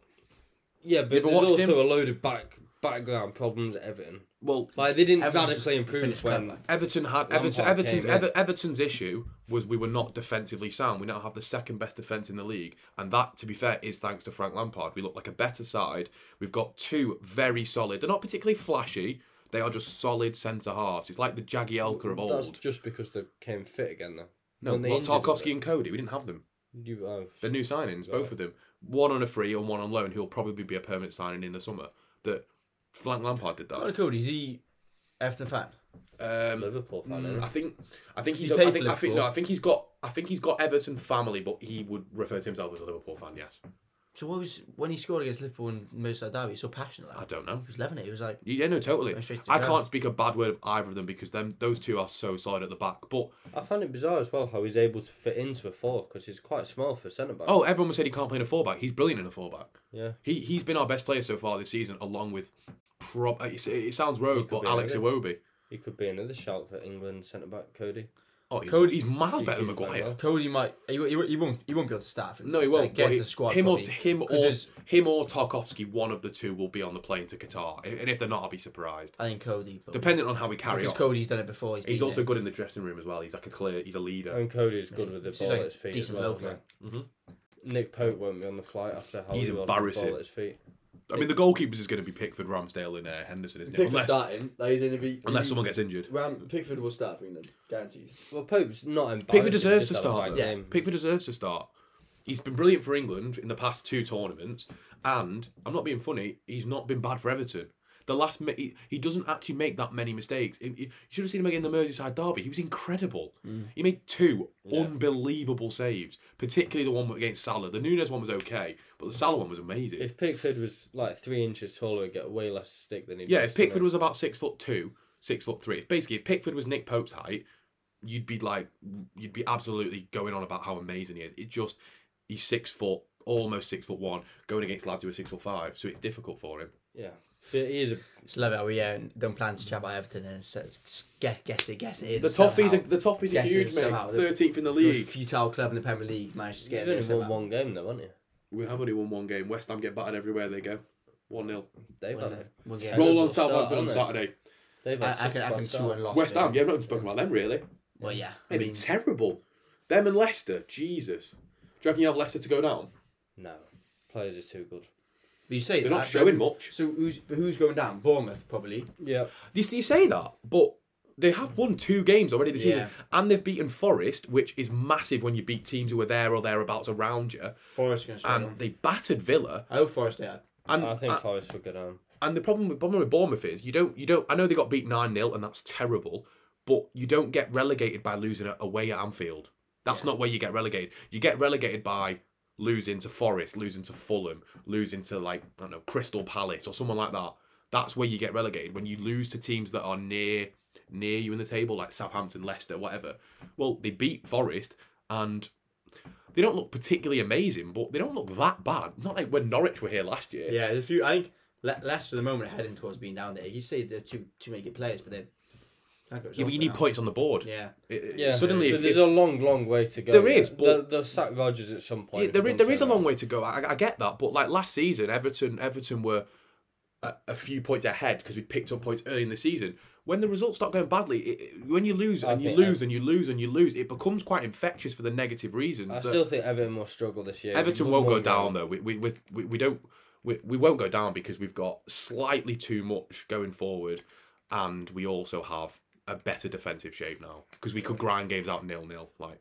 Speaker 4: Yeah,
Speaker 3: Yeah, but
Speaker 4: but
Speaker 3: there's
Speaker 4: what's
Speaker 3: also
Speaker 4: him-
Speaker 3: a load of back background problems at Everton.
Speaker 4: Well,
Speaker 3: Like they didn't
Speaker 1: Everton's just
Speaker 3: radically improve
Speaker 1: finished
Speaker 3: when.
Speaker 1: club, like.
Speaker 4: Everton had
Speaker 3: Lampard
Speaker 4: Everton, Everton's
Speaker 3: came in.
Speaker 4: Ever, Everton's issue was we were not defensively sound. We now have the second best defense in the league, and that, to be fair, is thanks to Frank Lampard. We look like a better side. We've got two very solid. They're not particularly flashy. They are just solid centre halves. It's like the Jagielka of
Speaker 3: That's
Speaker 4: old.
Speaker 3: just because they came fit again, though.
Speaker 4: No,
Speaker 3: when they
Speaker 4: what
Speaker 3: injured them,
Speaker 4: Tarkovsky
Speaker 3: though.
Speaker 4: and Cody. We didn't have them.
Speaker 3: You, oh,
Speaker 4: They're new signings, both of them. One on a free and one on loan. Who'll probably be a permanent signing in the summer. That Frank Lampard did that.
Speaker 1: Connor Cody, is he Everton fan?
Speaker 4: Um,
Speaker 3: Liverpool fan. eh?
Speaker 4: Mm,
Speaker 3: innit?
Speaker 4: I think I think
Speaker 1: He
Speaker 4: he's a,
Speaker 1: played
Speaker 4: I
Speaker 1: for
Speaker 4: think, I think no I
Speaker 1: Liverpool.
Speaker 4: think he's got I think he's got Everton family, but he would refer to himself as a Liverpool fan. Yes,
Speaker 1: So what was when he scored against Liverpool in Merseyside derby? He's so passionate. Like,
Speaker 4: I don't know.
Speaker 1: he was loving it. He was like,
Speaker 4: Yeah, no, totally.
Speaker 1: Went straight to the
Speaker 4: I
Speaker 1: ground.
Speaker 4: can't speak a bad word of either of them because them those two are so solid at the back. But
Speaker 3: I found it bizarre as well how he's able to fit into a four because he's quite small for centre back.
Speaker 4: oh, everyone said he can't play in a fullback. He's brilliant in a fullback.
Speaker 3: yeah.
Speaker 4: He he's been our best player so far this season, along with prob. It, it sounds rogue, but
Speaker 3: could be
Speaker 4: Alex
Speaker 3: either.
Speaker 4: Iwobi.
Speaker 3: He could be another shout for England centre back, Cody.
Speaker 4: Oh, he's,
Speaker 1: Cody-
Speaker 4: he's miles
Speaker 3: He-
Speaker 4: better than
Speaker 3: he's playing
Speaker 4: Maguire.
Speaker 3: well.
Speaker 1: Cody might he, he, he won't he won't be able to start.
Speaker 4: No, he won't.
Speaker 1: Get
Speaker 4: but
Speaker 1: to
Speaker 4: he-
Speaker 1: the squad.
Speaker 4: him or
Speaker 1: probably.
Speaker 4: him
Speaker 1: 'Cause
Speaker 4: or
Speaker 1: there's-
Speaker 4: him or Tarkovsky. One of the two will be on the plane to Qatar, and if they're not, I'll be surprised.
Speaker 1: I think Cody. But
Speaker 4: Depending on how we carry
Speaker 1: because
Speaker 4: on.
Speaker 1: Cody's done it before. He's,
Speaker 4: He's
Speaker 1: been
Speaker 4: also
Speaker 1: there.
Speaker 4: good in the dressing room as well. He's like a clear. He's a leader.
Speaker 3: And Cody's good
Speaker 1: Yeah,
Speaker 3: with the
Speaker 1: he's
Speaker 3: ball
Speaker 1: like
Speaker 3: at his feet as
Speaker 1: decent
Speaker 3: well.
Speaker 1: bloke,
Speaker 2: Mm-hmm.
Speaker 3: isn't he? Nick Pope won't be on the flight after how
Speaker 4: He's
Speaker 3: he was with the
Speaker 4: embarrassing.
Speaker 3: ball at his feet.
Speaker 2: I mean, the goalkeepers is going to be Pickford, Ramsdale, and uh, Henderson, isn't it?
Speaker 1: Pickford
Speaker 2: Unless,
Speaker 1: starting. That is going to be
Speaker 2: unless someone gets injured.
Speaker 1: Ram Pickford will start for England, guaranteed.
Speaker 3: Well, Pope's not embarrassed.
Speaker 2: Pickford deserves to start.
Speaker 1: Yeah.
Speaker 2: Pickford deserves to start. He's been brilliant for England in the past two tournaments, and I'm not being funny. He's not been bad for Everton. The last mi- he, he doesn't actually make that many mistakes. He- he- you should have seen him again in the Merseyside derby. He was incredible. He made two unbelievable saves, particularly the one against Salah. The Nunes one was okay, but the Salah one was amazing.
Speaker 3: If Pickford was like three inches taller, he'd get way less stick than he.
Speaker 2: yeah,
Speaker 3: does,
Speaker 2: if Pickford
Speaker 3: doesn't
Speaker 2: was about six foot two, six foot three, if basically if Pickford was Nick Pope's height, you'd be like, you'd be absolutely going on about how amazing he is. It just he's six foot, almost six foot one, going against lads who are six foot five, so it's difficult for him.
Speaker 3: he? yeah, but he is a
Speaker 1: Just love how we uh, don't plan to chat about Everton and so, guess, guess it, guess it. in
Speaker 2: The
Speaker 1: somehow.
Speaker 2: toffees, are, the toffees are
Speaker 1: Guess
Speaker 2: huge,
Speaker 1: it
Speaker 2: mate.
Speaker 1: somehow. The-
Speaker 2: Thirteenth in the
Speaker 1: Most
Speaker 2: league.
Speaker 1: futile club in the Premier League managed to
Speaker 3: You've
Speaker 1: get
Speaker 3: only
Speaker 1: there.
Speaker 3: won
Speaker 1: somehow.
Speaker 3: one game though, haven't you?
Speaker 2: We have only won one game. West Ham get battered everywhere they go. One 0
Speaker 3: They've had. a-
Speaker 1: One
Speaker 3: Yeah.
Speaker 1: game.
Speaker 2: Roll on
Speaker 3: Terrible start,
Speaker 5: Southampton on
Speaker 3: aren't they?
Speaker 5: Saturday.
Speaker 3: They've
Speaker 1: I,
Speaker 3: had.
Speaker 1: I
Speaker 3: six
Speaker 1: can, I
Speaker 3: bad
Speaker 1: can chew
Speaker 3: starts.
Speaker 1: and lost.
Speaker 5: West
Speaker 1: maybe.
Speaker 5: Ham. Yeah, I've not even spoken about them really.
Speaker 1: Well, yeah. I
Speaker 2: They've
Speaker 1: mean,
Speaker 2: been terrible. Them and Leicester. Jesus. Do you reckon you have Leicester to go down?
Speaker 3: No, players are too good.
Speaker 1: but you say
Speaker 2: They're
Speaker 1: that,
Speaker 2: not
Speaker 1: but-
Speaker 2: showing much.
Speaker 1: So who's but who's going down? Bournemouth probably.
Speaker 3: Yeah,
Speaker 2: You, you say that, but they
Speaker 3: Hmm.
Speaker 2: have won two games already this season,
Speaker 1: Yeah.
Speaker 2: and they've beaten Forest, which is massive when you beat teams who are there or thereabouts around you.
Speaker 1: Forest are going to struggle.
Speaker 2: And they battered Villa,
Speaker 1: Um, I hope Forest are.
Speaker 2: and
Speaker 3: Hmm. I think
Speaker 2: and,
Speaker 3: Forest will go down.
Speaker 2: the problem with problem with Bournemouth is you don't you don't. I know they got beat nine 0 and that's terrible, but you don't get relegated by losing a- away at Anfield. That's not where you get relegated. You get relegated by losing to Forest, losing to Fulham, losing to like I don't know Crystal Palace or someone like that. That's where you get relegated when you lose to teams that are near near you in the table, like Southampton, Leicester, whatever. Well, they beat Forest and they don't look particularly amazing, but they don't look that bad. Not like when Norwich were here last year.
Speaker 1: Yeah, there's a few. I think Le- Leicester at the moment are heading towards being down there. You say they're too too many good players, but they can't go.
Speaker 2: Yeah, but you
Speaker 1: results
Speaker 2: need
Speaker 1: now.
Speaker 2: points on the board.
Speaker 1: Yeah,
Speaker 2: It- it-
Speaker 3: Yeah,
Speaker 2: Suddenly,
Speaker 3: but
Speaker 2: if-
Speaker 3: there's
Speaker 2: if-
Speaker 3: a long, long way to go.
Speaker 2: There
Speaker 3: yeah.
Speaker 2: is, but-
Speaker 3: they'll, they'll sack Rodgers at some point.
Speaker 2: yeah,
Speaker 3: if
Speaker 2: there
Speaker 3: he
Speaker 2: is, there
Speaker 3: don't
Speaker 2: is a
Speaker 3: turn
Speaker 2: long
Speaker 3: around.
Speaker 2: way to go. I, I get that, but like last season, Everton Everton were a, a few points ahead because we picked up points early in the season. When the results start going badly, it, it- when you lose
Speaker 3: I
Speaker 2: and you
Speaker 3: think that-
Speaker 2: lose and you lose and you lose, it becomes quite infectious for the negative reasons.
Speaker 3: I
Speaker 2: that-
Speaker 3: still think Everton will struggle this year.
Speaker 2: Everton
Speaker 3: One-
Speaker 2: won't go
Speaker 3: one
Speaker 2: down
Speaker 3: game.
Speaker 2: though. We we we, we, we don't we, we won't go down because we've got slightly too much going forward, and we also have a better defensive shape now because we could grind games out nil nil. Like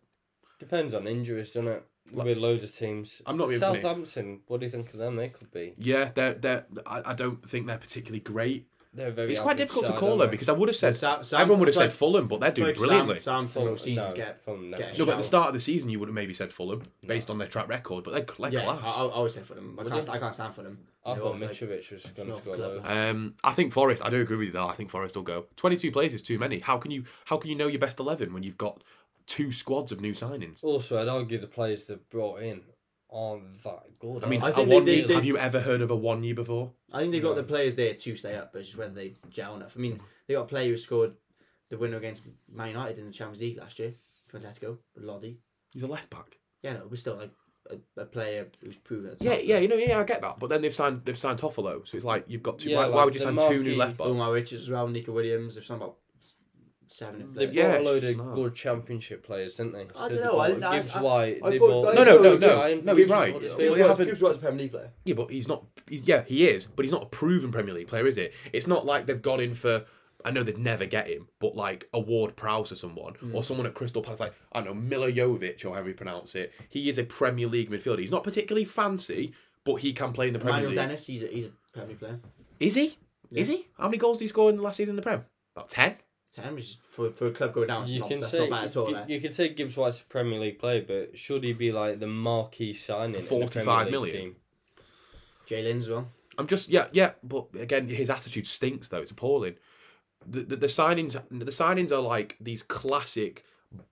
Speaker 3: Depends on injuries, doesn't it? With loads of teams.
Speaker 2: I'm not being funny.
Speaker 3: Southampton. What do you think of them? They could be.
Speaker 2: yeah, they're they I, I don't think they're particularly great.
Speaker 3: They're a very.
Speaker 2: it's quite
Speaker 3: average
Speaker 2: difficult
Speaker 3: side,
Speaker 2: to call
Speaker 3: aren't
Speaker 2: though
Speaker 3: they?
Speaker 2: because I would have said
Speaker 1: Sam- Sam-
Speaker 2: everyone would have
Speaker 1: it's like-
Speaker 2: said Fulham, but they're
Speaker 1: it's
Speaker 2: doing
Speaker 1: like
Speaker 2: brilliantly.
Speaker 1: Sam, Sam
Speaker 3: Fulham-
Speaker 1: most seasons
Speaker 3: no,
Speaker 1: get
Speaker 3: Fulham never
Speaker 1: get a
Speaker 2: no, but at
Speaker 1: shower.
Speaker 2: the start of the season you would have maybe said Fulham based on their track record, but they're, they're
Speaker 1: yeah,
Speaker 2: class.
Speaker 1: I, I always say for them. I
Speaker 3: Would
Speaker 1: can't,
Speaker 3: they?
Speaker 1: I can't stand for them.
Speaker 3: I
Speaker 1: They're
Speaker 3: thought
Speaker 1: all, like,
Speaker 3: Mitrovic was going to
Speaker 1: not
Speaker 3: score
Speaker 1: club
Speaker 3: loads.
Speaker 1: level.
Speaker 2: Um, I think Forest. I do agree with you. Though. I think Forest will go. Twenty-two plays is too many. How can you? How can you know your best eleven when you've got two squads of new signings?
Speaker 3: Also, I'd argue the players they've brought in aren't that good.
Speaker 2: I mean,
Speaker 1: I
Speaker 2: a
Speaker 1: think they-
Speaker 2: one
Speaker 1: they-
Speaker 2: year-
Speaker 1: they-
Speaker 2: have you ever heard of a one year before?
Speaker 1: I think they've got the players there to stay up, but it's just whether they gel enough. I mean, they got a player who scored the winner against Man United in the Champions League last year for Atletico, Lodi.
Speaker 2: He's a left back.
Speaker 1: Yeah, no, we're still like a, a player who's proven. At the
Speaker 2: Yeah,
Speaker 1: top.
Speaker 2: yeah, you know, yeah, I get that. But then they've signed, they've signed Toffolo, so it's like you've got two.
Speaker 3: Yeah,
Speaker 2: why, why
Speaker 3: like
Speaker 2: would you
Speaker 3: the
Speaker 2: sign two
Speaker 3: marquee-
Speaker 2: new left backs?
Speaker 1: Omar Richards as well, Nico Williams. There's something about seven
Speaker 3: They
Speaker 1: players.
Speaker 3: bought
Speaker 2: Yeah,
Speaker 3: a
Speaker 2: it's
Speaker 3: load
Speaker 2: just
Speaker 3: of
Speaker 2: mad.
Speaker 3: good championship players, didn't they?
Speaker 1: I
Speaker 3: they
Speaker 1: don't know,
Speaker 3: bought
Speaker 1: I didn't- I-
Speaker 3: Gibbs
Speaker 1: I-
Speaker 3: White.
Speaker 1: I
Speaker 3: they
Speaker 1: thought-
Speaker 3: bought-
Speaker 1: No, no, no,
Speaker 2: no,
Speaker 3: Ryan
Speaker 2: no,
Speaker 3: Giggs
Speaker 2: he's right.
Speaker 3: bought
Speaker 2: Gibbs- Gibbs-
Speaker 3: it.
Speaker 1: Gibbs
Speaker 2: They
Speaker 1: White's-
Speaker 2: haven't-
Speaker 1: Gibbs White's a Premier League player.
Speaker 2: Yeah, but he's not. He's, yeah, he is, but he's not a proven Premier League player, is it? It's not like they've gone in for. I know they'd never get him, but like a Ward Prowse or someone, or someone at Crystal Palace, like I don't know Milojevic or however you pronounce it. He is a Premier League midfielder. He's not particularly fancy, but he can play in the Premier
Speaker 1: Manuel
Speaker 2: League.
Speaker 1: Dennis, he's a, he's a Premier League player.
Speaker 2: Is he? Is he? How many goals did he score in the last season in the Prem? About ten.
Speaker 1: Ten, which is for, for a club going down, it's
Speaker 3: You
Speaker 1: not,
Speaker 3: can
Speaker 1: that's
Speaker 3: say
Speaker 1: not bad at all.
Speaker 3: you,
Speaker 1: eh?
Speaker 3: you can say Gibbs White's a Premier League player, but should he be like the marquee signing?
Speaker 2: £45
Speaker 3: in the Premier League
Speaker 2: million.
Speaker 3: Team?
Speaker 1: Jalen's as well.
Speaker 2: I'm just yeah yeah, but again, his attitude stinks though. It's appalling. The the, the signings the signings are like these classic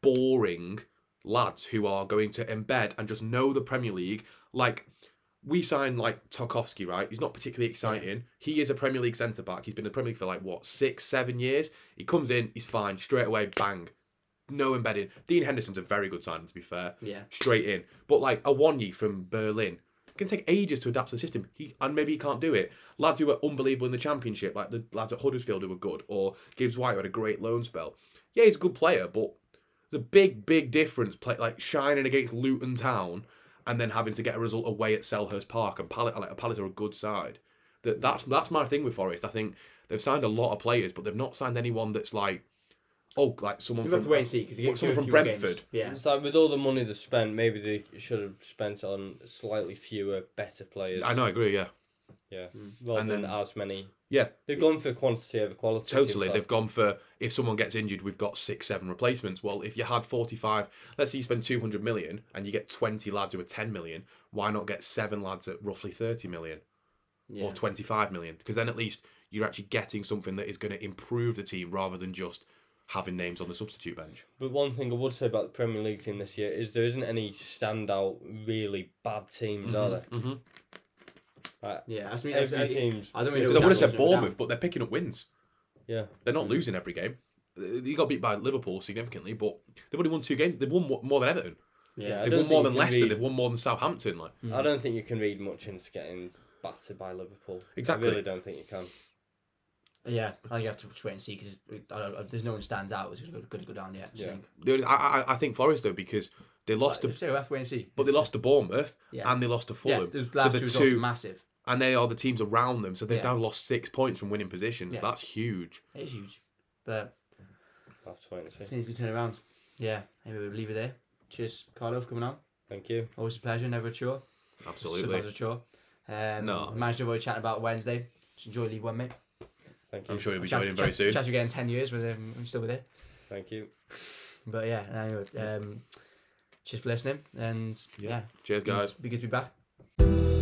Speaker 2: boring lads who are going to embed and just know the Premier League. Like we signed like Tarkovsky, right? He's not particularly exciting. He is a Premier League centre back. He's been in the Premier League for like what six seven years. He comes in, he's fine straight away, bang. No embedding. Dean Henderson's a very good signing, to be fair
Speaker 1: Yeah.
Speaker 2: straight in. But like a Wanyi from Berlin can take ages to adapt to the system. He and maybe he can't do it. Lads who were unbelievable in the championship, like the lads at Huddersfield who were good, or Gibbs White who had a great loan spell. Yeah, he's a good player, but the big, big difference, play, like shining against Luton Town and then having to get a result away at Selhurst Park and Palace, like Palace are a good side. That that's that's my thing with Forest. I think they've signed a lot of players, but they've not signed anyone that's like, oh, like someone
Speaker 1: We'll
Speaker 2: from
Speaker 1: have to wait and see because
Speaker 2: well,
Speaker 1: he's
Speaker 2: someone
Speaker 1: from
Speaker 2: from
Speaker 1: Brentford.
Speaker 2: Brentford.
Speaker 1: Yeah,
Speaker 3: It's like with all the money they spent, maybe they should have spent on slightly fewer, better players.
Speaker 2: I know, I agree. Yeah,
Speaker 3: Yeah,
Speaker 1: Mm.
Speaker 3: rather
Speaker 2: And
Speaker 3: than
Speaker 2: then-
Speaker 3: as many.
Speaker 2: yeah,
Speaker 3: They've gone for quantity over quality. it seems
Speaker 2: totally.
Speaker 3: like.
Speaker 2: They've gone for if someone gets injured, we've got six, seven replacements. Well, if you had forty-five, let's say you spend two hundred million and you get twenty lads who are ten million, why not get seven lads at roughly thirty million?
Speaker 1: yeah.
Speaker 2: or 25 million because then at least you're actually getting something that is going to improve the team rather than just having names on the substitute bench.
Speaker 3: But one thing I would say about the Premier League team this year is there isn't any standout, really bad teams,
Speaker 2: Mm-hmm.
Speaker 3: are there?
Speaker 1: yeah. I mean, I,
Speaker 3: Every
Speaker 1: I,
Speaker 3: team's.
Speaker 1: I don't really know
Speaker 2: Because I
Speaker 1: Without
Speaker 2: would have said
Speaker 1: Wilson, without-
Speaker 2: Bournemouth, but they're picking up wins.
Speaker 3: Yeah.
Speaker 2: They're not losing every game. They got beat by Liverpool significantly, but they've only won two games. They've won more than Everton.
Speaker 3: Yeah, I
Speaker 1: yeah,
Speaker 2: They've won
Speaker 3: don't
Speaker 2: more
Speaker 3: think
Speaker 2: than
Speaker 3: you can
Speaker 2: Leicester.
Speaker 3: read-
Speaker 2: They've won more than Southampton. Like
Speaker 3: I don't think you can read much into getting battered by Liverpool.
Speaker 2: Exactly.
Speaker 3: I really don't think you can.
Speaker 1: yeah. I think you have to just wait and see because uh, there's no one stands out. who's going to go down yet. Yeah.
Speaker 3: Yeah.
Speaker 1: Think.
Speaker 2: I, I, I think Forest though because they lost
Speaker 1: But,
Speaker 2: to,
Speaker 1: so we have to wait and see.
Speaker 2: but they lost to Bournemouth
Speaker 1: Yeah.
Speaker 2: and they lost to
Speaker 1: Yeah,
Speaker 2: Fulham.
Speaker 1: those
Speaker 2: so
Speaker 1: last
Speaker 2: the
Speaker 1: two results were
Speaker 2: two,
Speaker 1: massive.
Speaker 2: and they are the teams around them. So they've
Speaker 1: Yeah.
Speaker 2: now lost six points from winning positions.
Speaker 1: Yeah.
Speaker 2: That's huge.
Speaker 1: It is huge, but
Speaker 3: I'll have to wait and see.
Speaker 1: things can turn around. Yeah, maybe we'll leave it there. Cheers, Carlo, for coming on.
Speaker 3: Thank you.
Speaker 1: Always a pleasure, never a chore.
Speaker 2: Absolutely.
Speaker 1: Sometimes a chore. Um,
Speaker 2: No.
Speaker 1: Managed to avoid chatting about Wednesday. Just enjoy League One, mate.
Speaker 3: Thank you.
Speaker 2: I'm sure you'll be
Speaker 1: Chat-
Speaker 2: joining very
Speaker 1: chat-
Speaker 2: soon.
Speaker 1: Chat to you again in 10 years, whether um, I'm still with it.
Speaker 3: Thank you.
Speaker 1: But yeah, anyway, um, cheers for listening. And yeah,
Speaker 2: Cheers, guys.
Speaker 1: be good to be back.